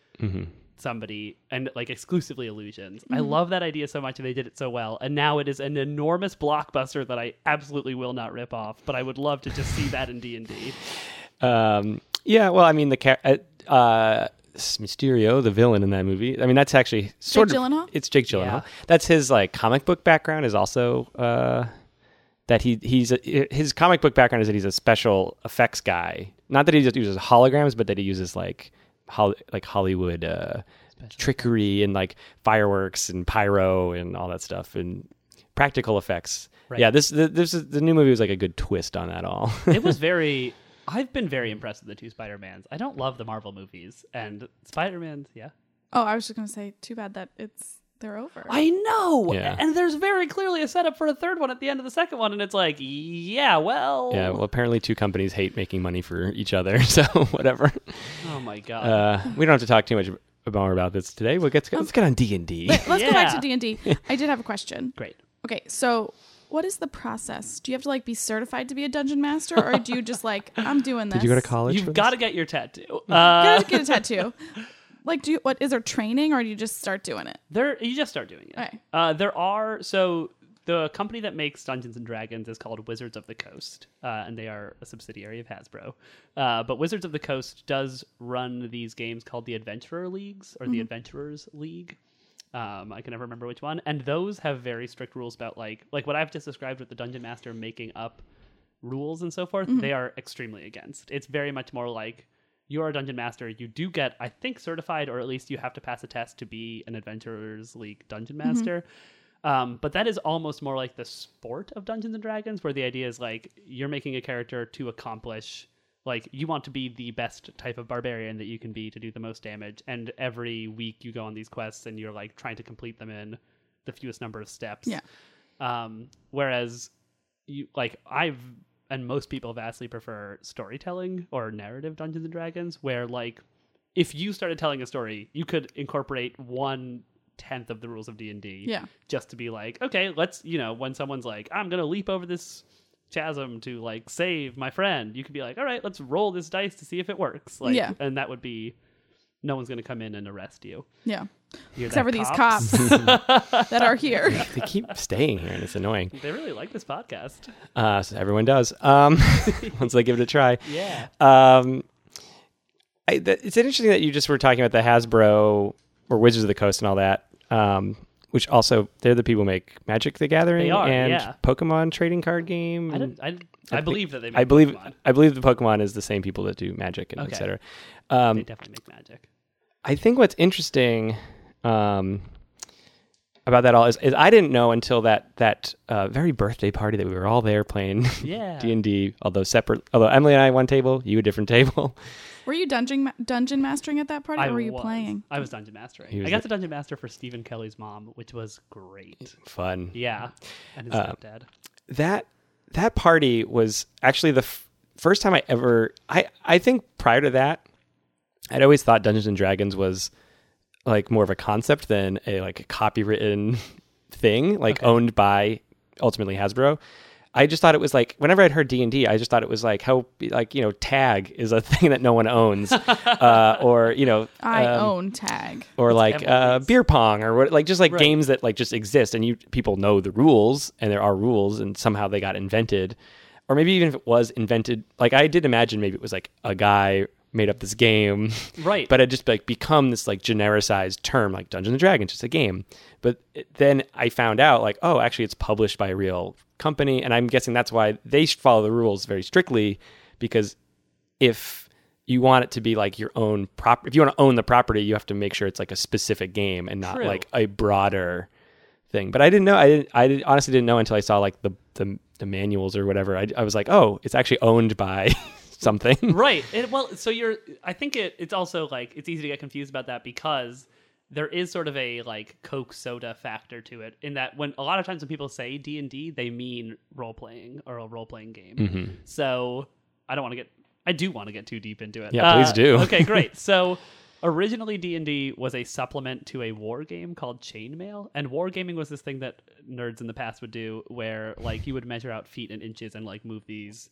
Speaker 3: somebody, and like exclusively illusions. I love that idea so much, and they did it so well. And now it is an enormous blockbuster that I absolutely will not rip off. But I would love to just see that in D and D.
Speaker 1: Um, yeah, well, I mean the char- uh, uh, Mysterio, the villain in that movie. I mean that's actually sort of
Speaker 2: Gyllenhaal?
Speaker 1: it's Jake Gyllenhaal.
Speaker 3: Yeah.
Speaker 1: That's his like comic book background is also uh, that he he's a, his comic book background is that he's a special effects guy. Not that he just uses holograms, but that he uses like hol- like Hollywood uh, trickery and like fireworks and pyro and all that stuff and practical effects.
Speaker 3: Right.
Speaker 1: Yeah, this th- this is, the new movie was like a good twist on that all.
Speaker 3: it was very I've been very impressed with the two Spider-Mans. I don't love the Marvel movies and Spider-Man's, yeah.
Speaker 2: Oh, I was just gonna say, too bad that it's they're over.
Speaker 3: I know.
Speaker 1: Yeah.
Speaker 3: And there's very clearly a setup for a third one at the end of the second one and it's like, yeah, well,
Speaker 1: Yeah, well, apparently two companies hate making money for each other, so whatever.
Speaker 3: oh my god.
Speaker 1: Uh, we don't have to talk too much ab- more about this today. We'll get to, let's get on D and D.
Speaker 2: But let's go back to
Speaker 3: Yeah.
Speaker 2: D and D. I did have a question.
Speaker 3: Great.
Speaker 2: Okay, so what is the process? Do you have to like be certified to be a dungeon master, or do you just like I'm doing this?
Speaker 1: Did you go to college?
Speaker 3: You've got to get your tattoo.
Speaker 2: Gotta
Speaker 3: Uh,
Speaker 2: get a tattoo. Like, do you, what is there training, or do you just start doing it?
Speaker 3: there, you just start doing it.
Speaker 2: Okay.
Speaker 3: Uh, there are so the company that makes Dungeons and Dragons is called Wizards of the Coast, uh, and they are a subsidiary of Hasbro. Uh, but Wizards of the Coast does run these games called the Adventurer Leagues or the Adventurers League. Um, I can never remember which one, and those have very strict rules about like like what I've just described with the dungeon master making up rules and so forth. They are extremely against. It's very much more like you are a dungeon master. You do get, I think, certified, or at least you have to pass a test to be an Adventurers League dungeon master. Um, but that is almost more like the sport of Dungeons and Dragons, where the idea is like you're making a character to accomplish, like you want to be the best type of barbarian that you can be to do the most damage. And every week you go on these quests and you're like trying to complete them in the fewest number of steps.
Speaker 2: Yeah.
Speaker 3: Um, whereas you like I've and most people vastly prefer storytelling or narrative Dungeons and Dragons, where like if you started telling a story, you could incorporate one tenth of the rules of D and D
Speaker 2: Yeah.
Speaker 3: just to be like, okay, let's, you know, when someone's like, I'm going to leap over this chasm to like save my friend, you could be like, all right, let's roll this dice to see if it works. Like,
Speaker 2: Yeah.
Speaker 3: and that would be, no one's going to come in and arrest you.
Speaker 2: Yeah,
Speaker 3: You're
Speaker 2: except for
Speaker 3: that
Speaker 2: these
Speaker 3: cops.
Speaker 2: cops that are here.
Speaker 1: they keep staying here, and it's annoying.
Speaker 3: They really like this podcast.
Speaker 1: Uh, so everyone does um, once they give it a try.
Speaker 3: Yeah.
Speaker 1: Um, I, th- it's interesting that you just were talking about the Hasbro or Wizards of the Coast and all that, um, which also they're the people who make Magic the Gathering
Speaker 3: They are,
Speaker 1: and
Speaker 3: yeah.
Speaker 1: Pokemon trading card game.
Speaker 3: I, don't, I, I,
Speaker 1: think-
Speaker 3: believe that they make
Speaker 1: I believe
Speaker 3: Pokemon.
Speaker 1: I believe the Pokemon is the same people that do Magic and
Speaker 3: Okay.
Speaker 1: etc.
Speaker 3: They
Speaker 1: Um,
Speaker 3: definitely make magic.
Speaker 1: I think what's interesting um, about that all is, is I didn't know until that that uh, very birthday party that we were all there playing
Speaker 3: Yeah.
Speaker 1: D and D, although separate. Although Emily and I one table, you a different table.
Speaker 2: Were you dungeon ma- dungeon mastering at that party, or were you
Speaker 3: was.
Speaker 2: playing?
Speaker 3: I was dungeon mastering.
Speaker 1: He was
Speaker 3: I got
Speaker 1: the-
Speaker 3: to dungeon master for Stephen Kelly's mom, which was great.
Speaker 1: Fun.
Speaker 3: Yeah, and his
Speaker 1: Uh,
Speaker 3: stepdad.
Speaker 1: that that party was actually the f- first time I ever I I think prior to that I'd always thought Dungeons and Dragons was like more of a concept than a like a copywritten thing like owned by ultimately Hasbro. I just thought it was like whenever I'd heard D and I just thought it was like how like you know tag is a thing that no one owns uh, or you know
Speaker 2: I
Speaker 1: um,
Speaker 2: own tag.
Speaker 1: or like uh,
Speaker 3: Emily's.
Speaker 1: beer pong or what, like just like
Speaker 3: Right.
Speaker 1: games that like just exist and you people know the rules and there are rules and somehow they got invented or maybe even if it was invented like i did imagine maybe it was like a guy made up this game
Speaker 3: Right.
Speaker 1: but it just like become this like genericized term like dungeons and dragons just a game but it, then i found out like oh actually it's published by a real company and i'm guessing that's why they sh- follow the rules very strictly because if you want it to be like your own prop if you want to own the property you have to make sure it's like a specific game and not
Speaker 3: True.
Speaker 1: like a broader thing but i didn't know i didn't, I didn't- honestly didn't know until i saw like the the, the manuals or whatever I, I was like oh it's actually owned by something
Speaker 3: right it, well so you're i think it, it's also like it's easy to get confused about that because there is sort of a like coke soda factor to it in that when a lot of times when people say d&d they mean role-playing or a role-playing game
Speaker 1: Mm-hmm.
Speaker 3: so i don't want to get i do want to get too deep into it Uh,
Speaker 1: Yeah, please do.
Speaker 3: okay great so originally d&d was a supplement to a war game called chainmail and wargaming was this thing that nerds in the past would do where like you would measure out feet and inches and like move these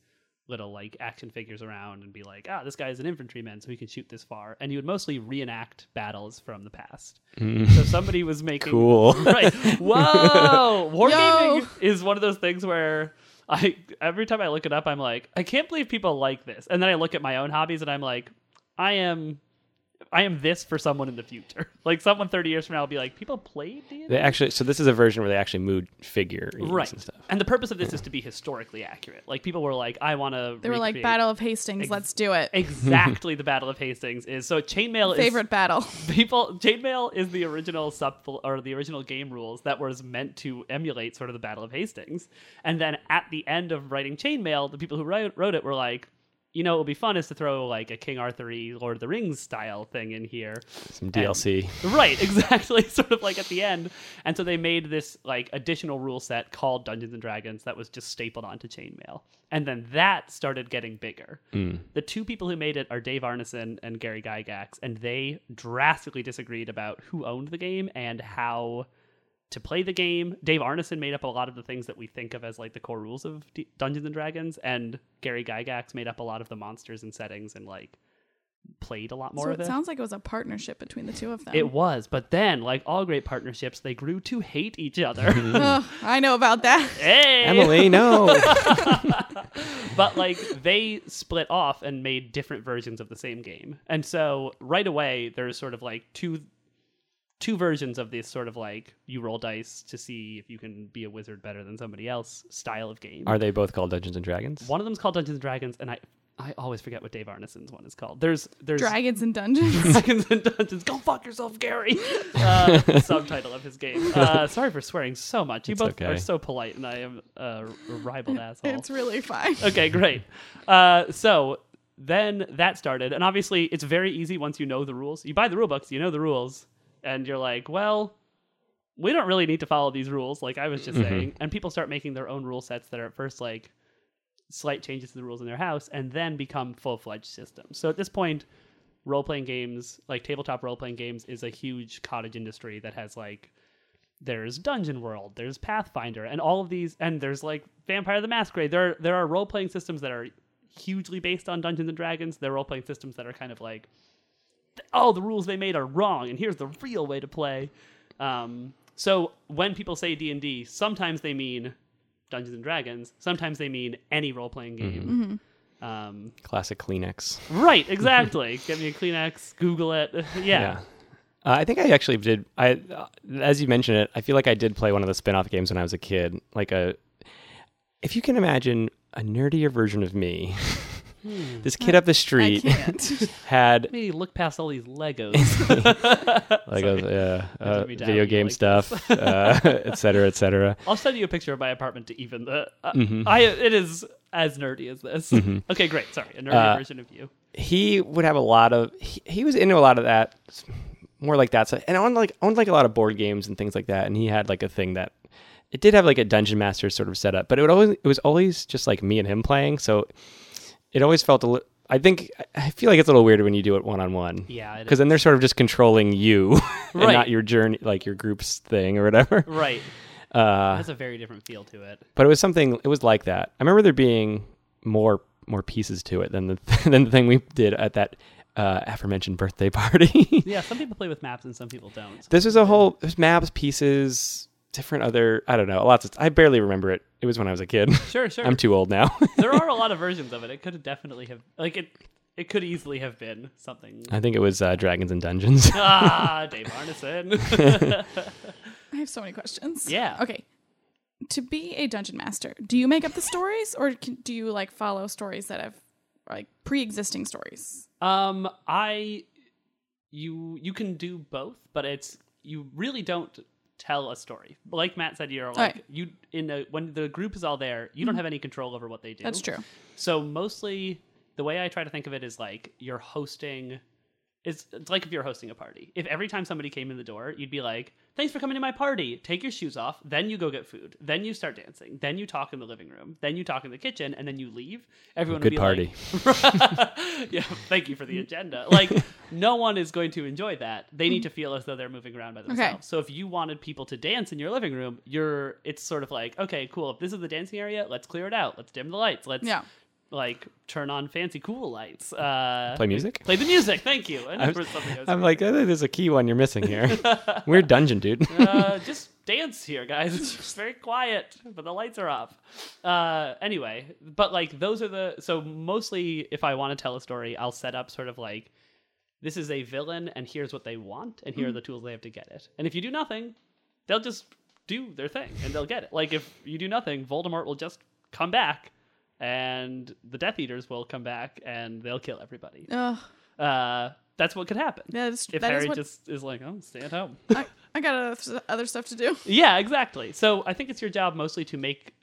Speaker 3: little like action figures around and be like, ah, this guy's an infantryman, so he can shoot this far. And you would mostly reenact battles from the past. So somebody was
Speaker 1: Mm.
Speaker 3: making
Speaker 1: cool
Speaker 3: right. Whoa, wargaming
Speaker 2: Yo.
Speaker 3: is one of those things where I every time I look it up, I'm like, I can't believe people like this. And then I look at my own hobbies and I'm like, I am. I am this for someone in the future. Like someone 30 years from now will be like, people played D&D?
Speaker 1: They actually, so this is a version where they actually moved figures
Speaker 3: right.
Speaker 1: and stuff.
Speaker 3: And the purpose of this is to be historically accurate. Like people were like, I want to
Speaker 2: They were like Battle of Hastings.
Speaker 3: Ex-
Speaker 2: let's do it.
Speaker 3: exactly the Battle of Hastings is. So chainmail
Speaker 2: Favorite battle.
Speaker 3: is people chainmail is the original sub or the original game rules that was meant to emulate sort of the Battle of Hastings. And then at the end of writing chainmail, the people who wrote, wrote it were like, you know, it would be fun is to throw like a King Arthur y Lord of the Rings style thing in here.
Speaker 1: Some DLC.
Speaker 3: Right, exactly. sort of like at the end. And so they made this like additional rule set called Dungeons and Dragons that was just stapled onto chainmail. And then that started getting bigger. The two people who made it are Dave Arneson and Gary Gygax, and they drastically disagreed about who owned the game and how to play the game. Dave Arneson made up a lot of the things that we think of as like the core rules of D- Dungeons and Dragons, and Gary Gygax made up a lot of the monsters and settings and like played a lot more
Speaker 2: so
Speaker 3: of
Speaker 2: it
Speaker 3: it.
Speaker 2: sounds like it was a partnership between the two of them.
Speaker 3: It was, but then, like all great partnerships, they grew to hate each other.
Speaker 2: Ugh, I know about that.
Speaker 3: hey,
Speaker 1: Emily, no.
Speaker 3: but like they split off and made different versions of the same game, and so right away there's sort of like two two versions of this sort of like you roll dice to see if you can be a wizard better than somebody else style of game.
Speaker 1: Are they both called Dungeons and Dragons?
Speaker 3: one of them's called Dungeons and Dragons, and I I always forget what Dave Arneson's one is called. There's there's
Speaker 2: Dragons and Dungeons.
Speaker 3: Dragons and Dungeons. Go fuck yourself, Gary. Uh, the subtitle of his game. Uh, sorry for swearing so much. You
Speaker 1: It's
Speaker 3: both
Speaker 1: okay.
Speaker 3: are so polite, and I am uh, a ribald asshole.
Speaker 2: it's really fun.
Speaker 3: Okay, great. Uh, so then that started, and obviously it's very easy once you know the rules. You buy the rule books, you know the rules, and you're like, well, we don't really need to follow these rules, like I was just saying. And people start making their own rule sets that are at first like slight changes to the rules in their house, and then become full fledged systems. So at this point, role playing games, like tabletop role playing games, is a huge cottage industry that has like there's Dungeon World, there's Pathfinder, and all of these, and there's like Vampire the Masquerade. There, there are role playing systems that are hugely based on Dungeons and Dragons. There are role playing systems that are kind of like, oh, the rules they made are wrong, and here's the real way to play. Um, so when people say D and D, sometimes they mean Dungeons and Dragons. Sometimes they mean any role playing game. Um,
Speaker 1: Classic Kleenex.
Speaker 3: right, exactly. Get me a Kleenex. Google it. yeah.
Speaker 1: Yeah. Uh, I think I actually did. I, uh, as you mentioned it, I feel like I did play one of the spin-off games when I was a kid. Like a, if you can imagine a nerdier version of me, this kid up the
Speaker 2: I
Speaker 1: street
Speaker 2: can't.
Speaker 1: had
Speaker 3: Maybe look past all these Legos.
Speaker 1: like a, uh, uh,
Speaker 3: took me down
Speaker 1: video
Speaker 3: when you
Speaker 1: game
Speaker 3: like
Speaker 1: stuff, uh, et cetera, et cetera.
Speaker 3: I'll send you a picture of my apartment to even the. Uh,
Speaker 1: Mm-hmm.
Speaker 3: I it is as nerdy as this. Okay, great. Sorry, a nerdy
Speaker 1: Uh,
Speaker 3: version of you.
Speaker 1: he would have a lot of he, he was into a lot of that more like that stuff and on like owned like a lot of board games and things like that and he had like a thing that it did have like a dungeon master sort of setup but it would always it was always just like me and him playing so it always felt a little I think I feel like it's a little weird when you do it one on one.
Speaker 3: Yeah, it
Speaker 1: because then they're sort of just controlling you and
Speaker 3: Right.
Speaker 1: not your journey, like your group's thing or whatever.
Speaker 3: Right,
Speaker 1: Uh,
Speaker 3: has a very different feel to it.
Speaker 1: but it was something it was like that i remember there being more more pieces to it than the than the thing we did at that uh, aforementioned birthday party
Speaker 3: Yeah, some people play with maps and some people don't.
Speaker 1: this was a whole there's maps pieces different other i don't know lots of i barely remember it it was when i was a kid
Speaker 3: Sure, sure.
Speaker 1: i'm too old now
Speaker 3: there are a lot of versions of it. It could definitely have like it. It could easily have been something.
Speaker 1: i think it was uh, dragons and dungeons
Speaker 3: ah, Dave Arneson.
Speaker 2: I have so many questions.
Speaker 3: Yeah.
Speaker 2: Okay. To be a dungeon master, do you make up the stories or can, do you like follow stories that have like pre-existing stories?
Speaker 3: um, I you you can do both, but it's you really don't tell a story. Like Matt said, you're like
Speaker 2: Right. Mm-hmm.
Speaker 3: you in a, when the group is all there, you don't have any control over what they do.
Speaker 2: That's true.
Speaker 3: So mostly the way I try to think of it is like you're hosting it's, it's like if you're hosting a party. If every time somebody came in the door, you'd be like, "Thanks for coming to my party. Take your shoes off, then you go get food, then you start dancing, then you talk in the living room, then you talk in the kitchen, and then you leave." Everyone
Speaker 1: Good
Speaker 3: would be like, yeah, thank you for the agenda. Like, no one is going to enjoy that. They need to feel as though they're moving around by themselves. So if you wanted people to dance in your living room, you're it's sort of like, okay, cool. If this is the dancing area, let's clear it out. Let's dim the lights. Let's
Speaker 2: Yeah.
Speaker 3: like turn on fancy cool lights. Uh,
Speaker 1: play music
Speaker 3: play the music. Thank you. And
Speaker 1: I'm-
Speaker 3: for something I was
Speaker 1: i'm like oh, there's a key one you're missing here we're dungeon dude
Speaker 3: uh, just dance here, guys. It's just very quiet, but the lights are off. Uh, anyway, but like those are the so mostly if I want to tell a story, I'll set up sort of like this is a villain, and here's what they want, and here
Speaker 2: Mm-hmm.
Speaker 3: are the tools they have to get it. And if you do nothing, they'll just do their thing and they'll get it. Like if you do nothing, Voldemort will just come back. And the Death Eaters will come back and they'll kill everybody.
Speaker 2: Ugh,
Speaker 3: Uh, that's what could happen.
Speaker 2: that is
Speaker 3: if
Speaker 2: that
Speaker 3: Harry
Speaker 2: is what
Speaker 3: just is like, oh, stay at home.
Speaker 2: I, I got other- other stuff to do.
Speaker 3: Yeah, exactly. So I think it's your job mostly to make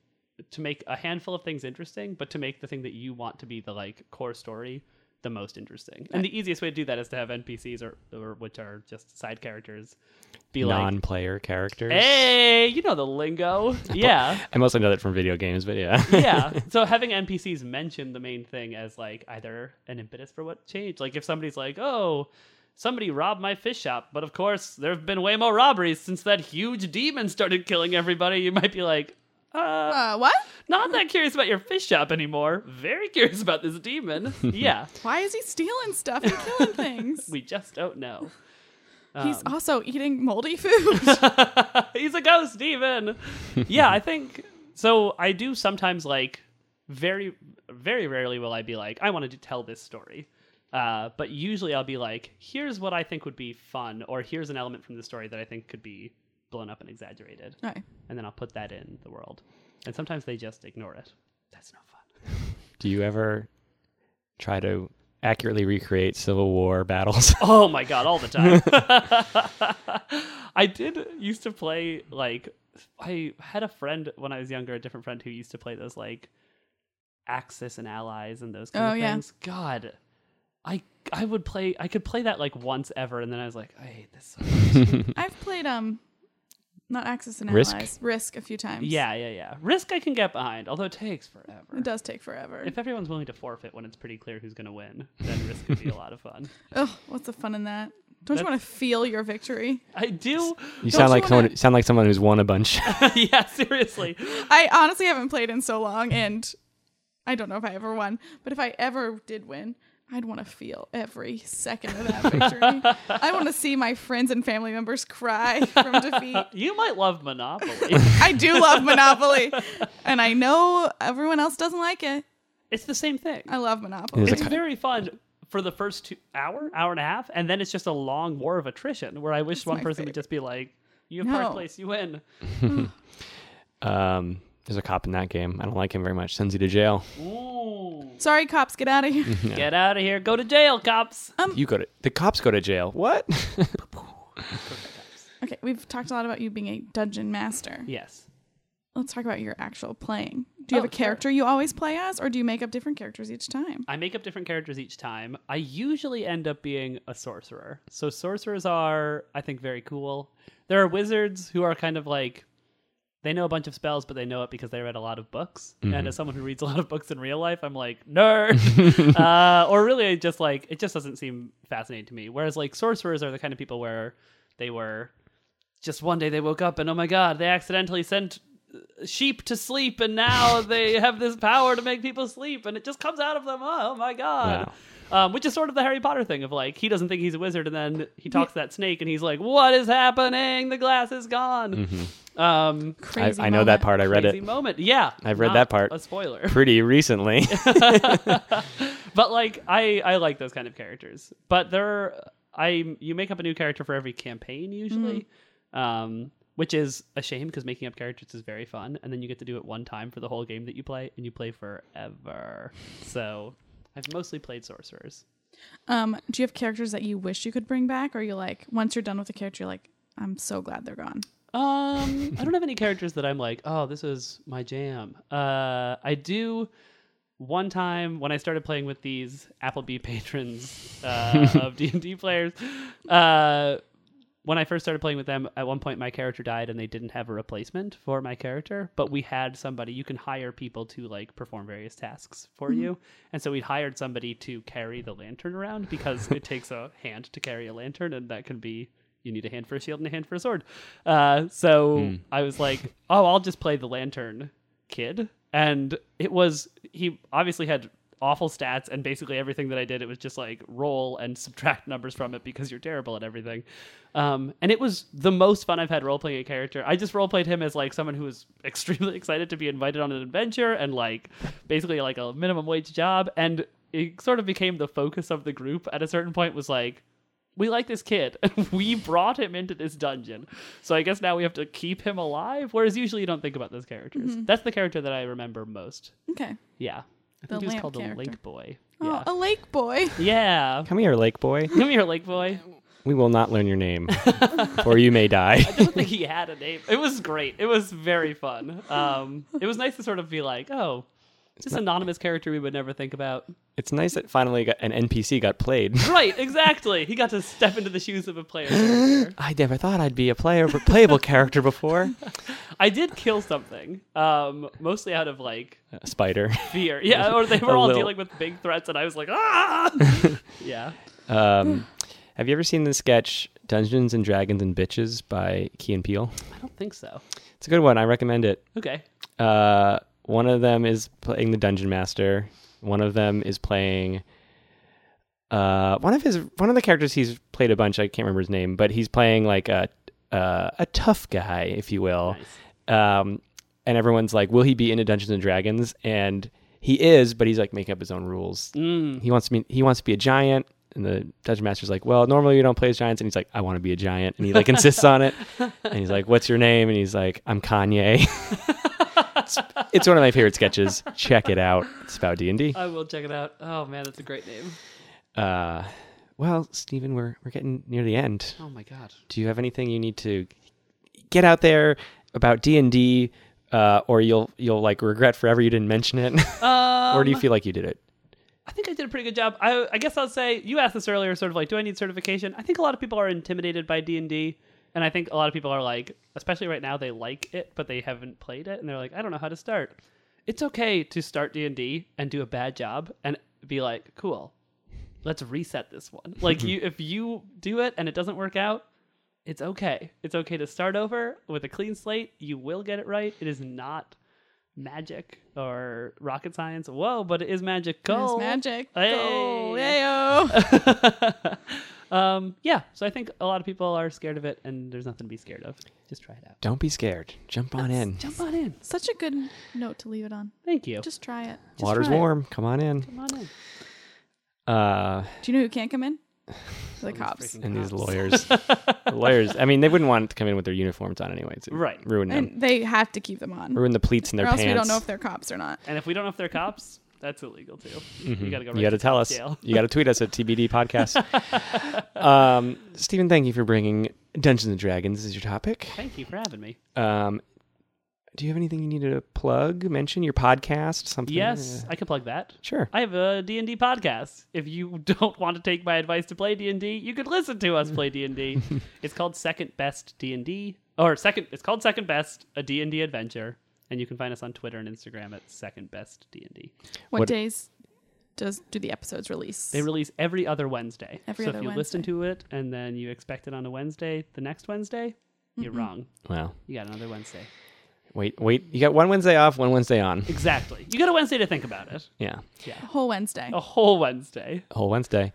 Speaker 3: to make a handful of things interesting, but to make the thing that you want to be the like core story the most interesting. And the easiest way to do that is to have NPCs or, or which are just side characters be like,
Speaker 1: non-player characters.
Speaker 3: "Hey, you know the lingo." yeah.
Speaker 1: I mostly know that from video games, but yeah.
Speaker 3: yeah. So having NPCs mention the main thing as like either an impetus for what changed. Like if somebody's like, oh, somebody robbed my fish shop, but of course there have been way more robberies since that huge demon started killing everybody. You might be like, uh,
Speaker 2: Uh, what?
Speaker 3: not that curious about your fish shop anymore. Very curious about this demon. yeah.
Speaker 2: Why is he stealing stuff and killing things?
Speaker 3: We um, just don't know.
Speaker 2: He's also eating moldy food.
Speaker 3: He's a ghost demon. yeah, I think so. I do sometimes like very, very rarely will I be like, I want to tell this story. Uh, but usually I'll be like, here's what I think would be fun, or here's an element from the story that I think could be blown up and exaggerated.
Speaker 2: All right.
Speaker 3: And then I'll put that in the world. And sometimes they just ignore it. That's no fun.
Speaker 1: Do you ever try to accurately recreate Civil War battles?
Speaker 3: Oh my god, all the time. I did used to play like I had a friend when I was younger, a different friend who used to play those like Axis and Allies and those kind
Speaker 2: Oh,
Speaker 3: of
Speaker 2: yeah.
Speaker 3: things. God, I I would play I could play that like once ever, and then I was like, I hate this. So much.
Speaker 2: I've played um, not Access and
Speaker 1: Risk?
Speaker 2: Allies, Risk a few times.
Speaker 3: yeah, yeah, yeah. Risk I can get behind, although it takes forever.
Speaker 2: it does take forever.
Speaker 3: If everyone's willing to forfeit when it's pretty clear who's going to win, then Risk could be a lot of fun.
Speaker 2: Ugh, what's the fun in that? Don't you want to feel your victory?
Speaker 3: I do.
Speaker 1: You sound
Speaker 2: you
Speaker 1: like someone.
Speaker 2: wanna-
Speaker 1: Sound like someone who's won a bunch.
Speaker 3: yeah, seriously.
Speaker 2: I honestly haven't played in so long, and I don't know if I ever won. But if I ever did win, I'd want to feel every second of that victory. I want to see my friends and family members cry from defeat.
Speaker 3: You might love Monopoly.
Speaker 2: I do love Monopoly, and I know everyone else doesn't like it.
Speaker 3: it's the same thing.
Speaker 2: I love Monopoly.
Speaker 1: Is it
Speaker 3: it's very fun for the first two hour hour and a half and then it's just a long war of attrition where i wish one
Speaker 2: my
Speaker 3: person
Speaker 2: favorite.
Speaker 3: would just be like you have first
Speaker 2: No.
Speaker 3: place you win
Speaker 1: Um, there's a cop in that game. I don't like him very much. Sends you to jail.
Speaker 3: Ooh.
Speaker 2: Sorry, cops, get out of here.
Speaker 1: Mm-hmm.
Speaker 3: get out of here go to jail cops
Speaker 1: You go to the cops go to jail. What?
Speaker 2: Okay, we've talked a lot about you being a dungeon master.
Speaker 3: yes
Speaker 2: Let's talk about your actual playing. Do you have
Speaker 3: Oh,
Speaker 2: a character you always play as, or do you make up different characters each time?
Speaker 3: i make up different characters each time i usually end up being a sorcerer so sorcerers are i think very cool there are wizards who are kind of like they know a bunch of spells, but they know it because they read a lot of books. And as someone who reads a lot of books in real life, I'm like nerd, uh, or really I just like it just doesn't seem fascinating to me. Whereas like sorcerers are the kind of people where they were just one day they woke up and oh my god, they accidentally sent uh, sheep to sleep, and now they have this power to make people sleep, and it just comes out of them. Oh my god.
Speaker 1: Wow.
Speaker 3: Um, which is sort of the Harry Potter thing of like he doesn't think he's a wizard, and then he talks to that snake, and he's like, "What is happening? The glass is gone." Um,
Speaker 1: I,
Speaker 2: Crazy
Speaker 1: I know that
Speaker 2: moment.
Speaker 1: part. I read
Speaker 3: crazy
Speaker 1: it
Speaker 3: moment. Yeah,
Speaker 1: I've read
Speaker 3: not
Speaker 1: that part.
Speaker 3: A spoiler,
Speaker 1: pretty recently.
Speaker 3: but like I I like those kind of characters. But there, I you make up a new character for every campaign usually,
Speaker 1: Mm-hmm.
Speaker 3: um, which is a shame because making up characters is very fun, and then you get to do it one time for the whole game that you play, and you play forever. so I've mostly played sorcerers.
Speaker 2: Um, do you have characters that you wish you could bring back, or you like once you're done with the character, you're like, I'm so glad they're gone.
Speaker 3: Um, I don't have any characters that I'm like, oh, this is my jam. Uh, I do. One time when I started playing with these Applebee patrons uh, of D and D players, uh, when I first started playing with them, at one point my character died and they didn't have a replacement for my character, but we had somebody. You can hire people to like perform various tasks for you, and so we hired somebody to carry the lantern around because it takes a hand to carry a lantern, and that can be you need a hand for a shield and a hand for a sword. Uh, so I was like, oh, I'll just play the lantern kid, and it was he obviously had awful stats and basically everything that I did it was just like roll and subtract numbers from it because you're terrible at everything. Um, and it was the most fun I've had role playing a character. I just role played him as like someone who was extremely excited to be invited on an adventure and like basically like a minimum wage job and it sort of became the focus of the group at a certain point was like we like this kid and we brought him into this dungeon so i guess now we have to keep him alive whereas usually you don't think about those characters
Speaker 2: Mm-hmm.
Speaker 3: that's the character that i remember most
Speaker 2: Okay.
Speaker 3: yeah. I
Speaker 2: The
Speaker 3: think he was
Speaker 2: lamp
Speaker 3: called the
Speaker 2: character.
Speaker 3: Lake Boy.
Speaker 2: Oh,
Speaker 3: Yeah.
Speaker 2: a lake boy.
Speaker 3: yeah.
Speaker 1: Come here, Lake Boy.
Speaker 3: Come here, Lake Boy.
Speaker 1: We will not learn your name, or you may die.
Speaker 3: I don't think he had a name. It was great. It was very fun. Um, it was nice to sort of be like, oh, this anonymous character we would never think about.
Speaker 1: It's nice that finally got, an NPC got played.
Speaker 3: Right, exactly. He got to step into the shoes of a player. character.
Speaker 1: I never thought I'd be a player, playable character before.
Speaker 3: I did kill something, um, mostly out of like
Speaker 1: A spider.
Speaker 3: fear. Yeah, or they were
Speaker 1: A
Speaker 3: all
Speaker 1: little.
Speaker 3: dealing with big threats, and I was like, ah. yeah.
Speaker 1: Um, have you ever seen the sketch Dungeons and Dragons and Bitches by Key and Peele?
Speaker 3: I don't think so.
Speaker 1: It's a good one. I recommend it.
Speaker 3: Okay.
Speaker 1: Uh, one of them is playing the dungeon master. One of them is playing uh, one of his one of the characters he's played a bunch. I can't remember his name, but he's playing like a uh, a tough guy, if you will.
Speaker 3: Nice.
Speaker 1: Um, and everyone's like, "Will he be into Dungeons and Dragons?" And he is, but he's like making up his own rules.
Speaker 3: Mm.
Speaker 1: He wants to be he wants to be a giant. And the dungeon master's like, well, normally you don't play as giants. And he's like, I want to be a giant. And he like insists on it. And he's like, what's your name? And he's like, I'm Kanye. it's, it's one of my favorite sketches. Check it out. It's about D and D.
Speaker 3: I will check it out. Oh man, that's a great name.
Speaker 1: Uh, well, Stephen, we're we're getting near the end.
Speaker 3: Oh my god.
Speaker 1: Do you have anything you need to get out there about D and D, uh, or you'll you'll like regret forever you didn't mention it,
Speaker 3: Um,
Speaker 1: or do you feel like you did it?
Speaker 3: I think I did a pretty good job. I, I guess I'll say you asked this earlier, sort of like, do I need certification? I think a lot of people are intimidated by D and D, and I think a lot of people are like, especially right now, they like it, but they haven't played it, and they're like, I don't know how to start. It's okay to start D and D and do a bad job and be like, cool, let's reset this one. Like
Speaker 1: Mm-hmm.
Speaker 3: you, if you do it and it doesn't work out, it's okay. It's okay to start over with a clean slate. You will get it right. It is not magic or rocket science. Whoa, but it is magic.
Speaker 2: It is
Speaker 3: Go.
Speaker 2: magic.
Speaker 3: Hey.
Speaker 2: Goal. Yayo.
Speaker 3: um, yeah, so I think a lot of people are scared of it, and there's nothing to be scared of. Just try it out.
Speaker 1: Don't be scared. Jump on in.
Speaker 3: Jump on in.
Speaker 2: Such a good note to leave it on.
Speaker 3: Thank you.
Speaker 2: Just try it.
Speaker 3: just
Speaker 1: Water's
Speaker 3: try it.
Speaker 1: warm. Come on in.
Speaker 3: Come on in.
Speaker 1: Uh,
Speaker 2: Do you know who can't come in? The cops.
Speaker 1: and these
Speaker 3: Cops.
Speaker 1: lawyers, lawyers. I mean, they wouldn't want to come in with their uniforms on, anyways. It'd
Speaker 3: Right.
Speaker 1: Ruin them.
Speaker 2: And they have to keep them on.
Speaker 1: ruin the pleats in their
Speaker 2: or else
Speaker 1: pants.
Speaker 2: we don't know if they're cops or not.
Speaker 3: And if we don't know if they're cops, that's illegal too. You- You gotta go. Right
Speaker 1: Mm-hmm. you got to
Speaker 3: to
Speaker 1: tell us.
Speaker 3: jail.
Speaker 1: You got to tweet us at TBD Podcast. um, Stephen, thank you for bringing Dungeons and Dragons as your topic.
Speaker 3: Thank you for having me.
Speaker 1: Um, do you have anything you needed to plug, mention your podcast, something?
Speaker 3: Yes,
Speaker 1: Uh,
Speaker 3: I can plug that.
Speaker 1: sure.
Speaker 3: I have a D&D podcast. If you don't want to take my advice to play D&D, you could listen to us play D&D. it's called Second Best D&D or second it's called Second Best a D&D adventure and you can find us on Twitter and Instagram at Second Best D&D.
Speaker 2: What,
Speaker 1: What-
Speaker 2: days does do the episodes release?
Speaker 3: They release every other Wednesday.
Speaker 2: Every
Speaker 3: so
Speaker 2: other
Speaker 3: if you listen
Speaker 2: Wednesday.
Speaker 3: to it and then you expect it on a Wednesday, the next Wednesday, you're wrong.
Speaker 1: Well,
Speaker 3: You got another Wednesday.
Speaker 1: wait, wait. You got one Wednesday off, one Wednesday on.
Speaker 3: Exactly. You got a Wednesday to think about it.
Speaker 1: Yeah,
Speaker 2: a whole Wednesday.
Speaker 3: A whole Wednesday.
Speaker 1: a whole Wednesday.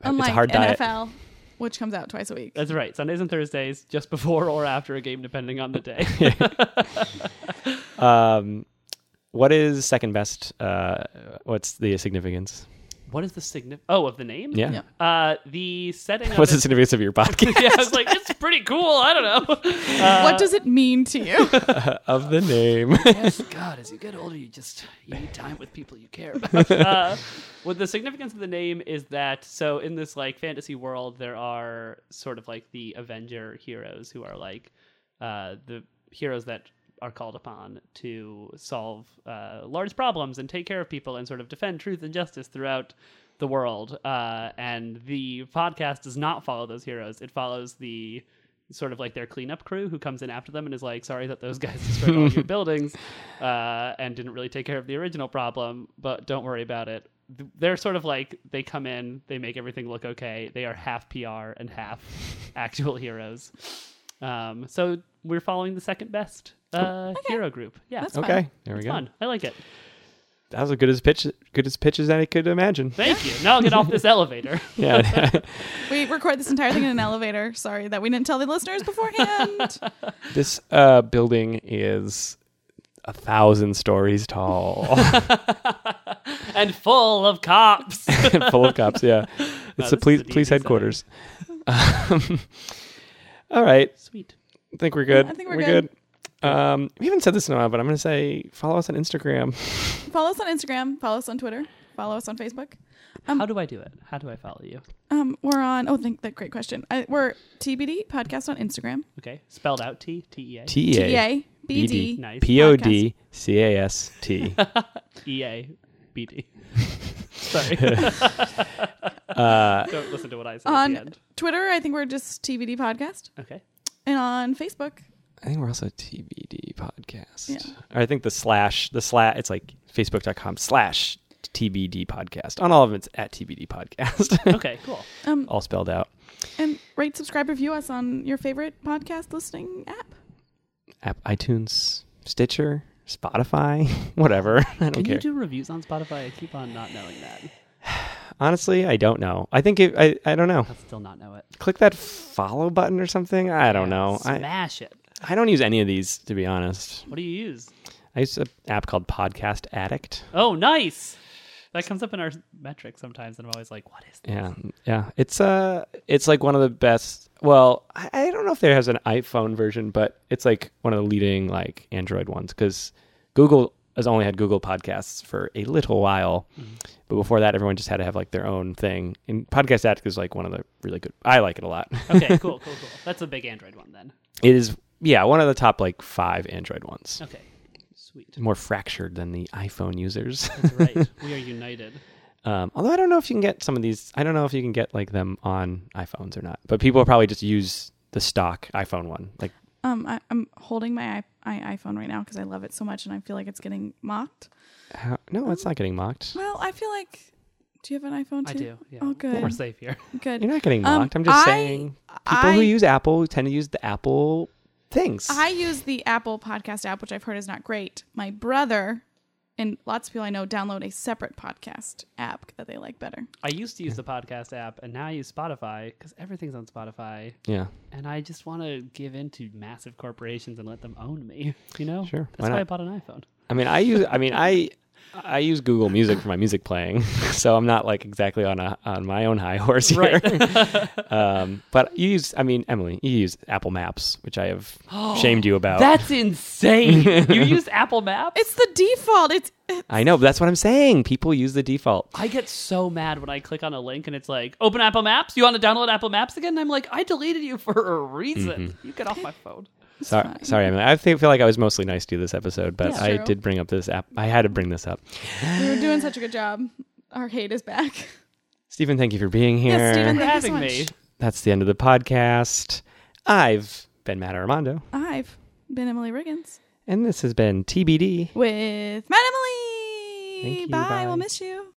Speaker 2: Unlike
Speaker 1: Oh, it's a hard diet.
Speaker 2: NFL, which comes out twice a week.
Speaker 3: That's right. Sundays and Thursdays, just before or after a game depending on the day.
Speaker 1: Um, what is second best? Uh, what's the significance?
Speaker 3: What is the significance? Oh, of the name?
Speaker 1: Yeah.
Speaker 2: Yeah.
Speaker 3: Uh, the setting.
Speaker 1: What's the
Speaker 3: of
Speaker 1: significance of your podcast?
Speaker 3: it- yeah, I was like, it's pretty cool. I don't know. Uh,
Speaker 2: what does it mean to you?
Speaker 1: of the name.
Speaker 3: God, as you get older, you just you need time with people you care about. uh, well, the significance of the name is that so in this like fantasy world, there are sort of like the Avenger heroes who are like uh, the heroes that are called upon to solve uh, large problems and take care of people and sort of defend truth and justice throughout the world. Uh, and the podcast does not follow those heroes; it follows the sort of like their cleanup crew who comes in after them and is like, sorry that those guys destroyed all of your buildings uh, and didn't really take care of the original problem, but don't worry about it. Th- They're sort of like, they come in, they make everything look okay. They are half PR and half actual heroes. Um, so we're following the second best uh, hero group. Yeah.
Speaker 2: That's fine.
Speaker 1: okay, there we
Speaker 3: It's
Speaker 1: go.
Speaker 3: fun. I like it.
Speaker 1: That was as good as pitch, good as pitch as I could imagine.
Speaker 3: Thank you. Now I'll get off this elevator.
Speaker 1: Yeah,
Speaker 2: We record this entire thing in an elevator. Sorry that we didn't tell the listeners beforehand.
Speaker 1: this uh, building is a thousand stories tall,
Speaker 3: and full of cops.
Speaker 1: full of cops. Yeah,
Speaker 3: this
Speaker 1: it's
Speaker 3: is
Speaker 1: the
Speaker 3: a
Speaker 1: police
Speaker 3: D&D
Speaker 1: police
Speaker 3: setting.
Speaker 1: headquarters. um, all right,
Speaker 3: Sweet.
Speaker 1: I think we're good.
Speaker 2: I think we're good.
Speaker 1: good. Um, we haven't said this in a while, but I'm going to say follow us on Instagram.
Speaker 2: follow us on Instagram. Follow us on Twitter. Follow us on Facebook.
Speaker 3: How do I do it? How do I follow you?
Speaker 2: Um, we're on. Oh, think that great question. I, we're TBD podcast on Instagram.
Speaker 3: Okay, spelled out T T E A
Speaker 1: T
Speaker 2: T
Speaker 1: A
Speaker 2: A B D.
Speaker 3: Nice.
Speaker 1: P O D C A S T.
Speaker 3: E A B D. Sorry. Don't
Speaker 1: Uh,
Speaker 3: listen to what I said
Speaker 2: On
Speaker 3: at the end.
Speaker 2: Twitter, I think we're just TBD podcast,
Speaker 3: Okay.
Speaker 2: and on Facebook.
Speaker 1: I think we're also TBD podcast.
Speaker 2: Yeah.
Speaker 1: Or I think the slash, the slash, it's like facebook.com slash TBD podcast. On all of them, it's at TBD podcast,
Speaker 3: Okay. Cool.
Speaker 2: Um,
Speaker 1: all spelled out.
Speaker 3: Oh.
Speaker 2: and rate, subscribe, review us on your favorite podcast listening app.
Speaker 1: App, iTunes, Stitcher, Spotify, whatever. I don't
Speaker 3: Can
Speaker 1: care.
Speaker 3: you do reviews on Spotify? I keep on not knowing that.
Speaker 1: Honestly, I don't know. I think it, I, I don't know.
Speaker 3: I still not know it.
Speaker 1: Click that follow button or something. I don't know. I,
Speaker 3: Smash it.
Speaker 1: I don't use any of these, to be honest.
Speaker 3: What do you use?
Speaker 1: I use an app called Podcast Addict.
Speaker 3: Oh, nice. That comes up in our metrics sometimes, and I'm always like, "What is that?"
Speaker 1: Yeah, yeah. It's uh it's like one of the best. Well, I, I don't know if there has an iPhone version, but it's like one of the leading like Android ones because Google has only had Google Podcasts for a little while,
Speaker 3: Mm-hmm.
Speaker 1: but before that, everyone just had to have like their own thing. And Podcast Addict is like one of the really good. I like it a lot.
Speaker 3: Okay, cool, cool, cool. That's a big Android one then.
Speaker 1: it is yeah one of the top like five Android ones.
Speaker 3: Okay, sweet.
Speaker 1: More fractured than the iPhone users.
Speaker 3: That's right. We are united.
Speaker 1: Um, although I don't know if you can get some of these. I don't know if you can get like them on iPhones or not. But people probably just use the stock iPhone one. Like,
Speaker 2: Um, I, I'm holding my, I, I iPhone right now because I love it so much, and I feel like it's getting mocked.
Speaker 1: how, no, it's not getting mocked.
Speaker 2: Well, I feel like. Do you have an iPhone
Speaker 3: I
Speaker 2: too?
Speaker 3: do. Yeah.
Speaker 2: Oh, good.
Speaker 3: We're safe here.
Speaker 2: Good.
Speaker 1: You're not getting
Speaker 2: Um,
Speaker 1: mocked. I'm just
Speaker 2: I-
Speaker 1: saying people who
Speaker 2: I-
Speaker 1: use Apple tend to use the Apple things.
Speaker 2: I use the Apple podcast app, which I've heard is not great. My brother and lots of people I know download a separate podcast app that they like better.
Speaker 3: I used to use the podcast app, and now I use Spotify because everything's on Spotify,
Speaker 1: yeah,
Speaker 3: and I just want to give in to massive corporations and let them own me. You know,
Speaker 1: Sure, why
Speaker 3: That's why, I
Speaker 1: not?
Speaker 3: bought an iPhone.
Speaker 1: I mean, I use. I mean, I I use Google Music for my music playing, so I'm not like exactly on a on my own high horse here. um, but you use. I mean, Emily, you use Apple Maps, which I have shamed you about.
Speaker 3: That's insane. you used Apple Maps.
Speaker 2: It's the default. It's
Speaker 1: I know. But that's what I'm saying. People use the default.
Speaker 3: I get so mad when I click on a link and it's like, open Apple Maps. You want to download Apple Maps again? And I'm like, I deleted you for a reason.
Speaker 1: Mm-hmm.
Speaker 3: You get off my phone.
Speaker 1: Sorry, sorry, Emily. I think, feel like I was mostly nice to you this episode, but
Speaker 2: That's
Speaker 1: I
Speaker 2: true.
Speaker 1: did bring up this app. I had to bring this up.
Speaker 2: we were doing such a good job. Our hate is back.
Speaker 1: Stephen, thank you for being here.
Speaker 2: Yes, Stephen,
Speaker 3: For
Speaker 2: thank you so
Speaker 3: having
Speaker 2: much.
Speaker 3: me.
Speaker 1: That's the end of the podcast. I've been Matt Armando,
Speaker 2: I've been Emily Riggins
Speaker 1: and this has been TBD.
Speaker 2: with Matt Emily.
Speaker 1: Thank you,
Speaker 2: bye.
Speaker 1: bye.
Speaker 2: We'll miss you.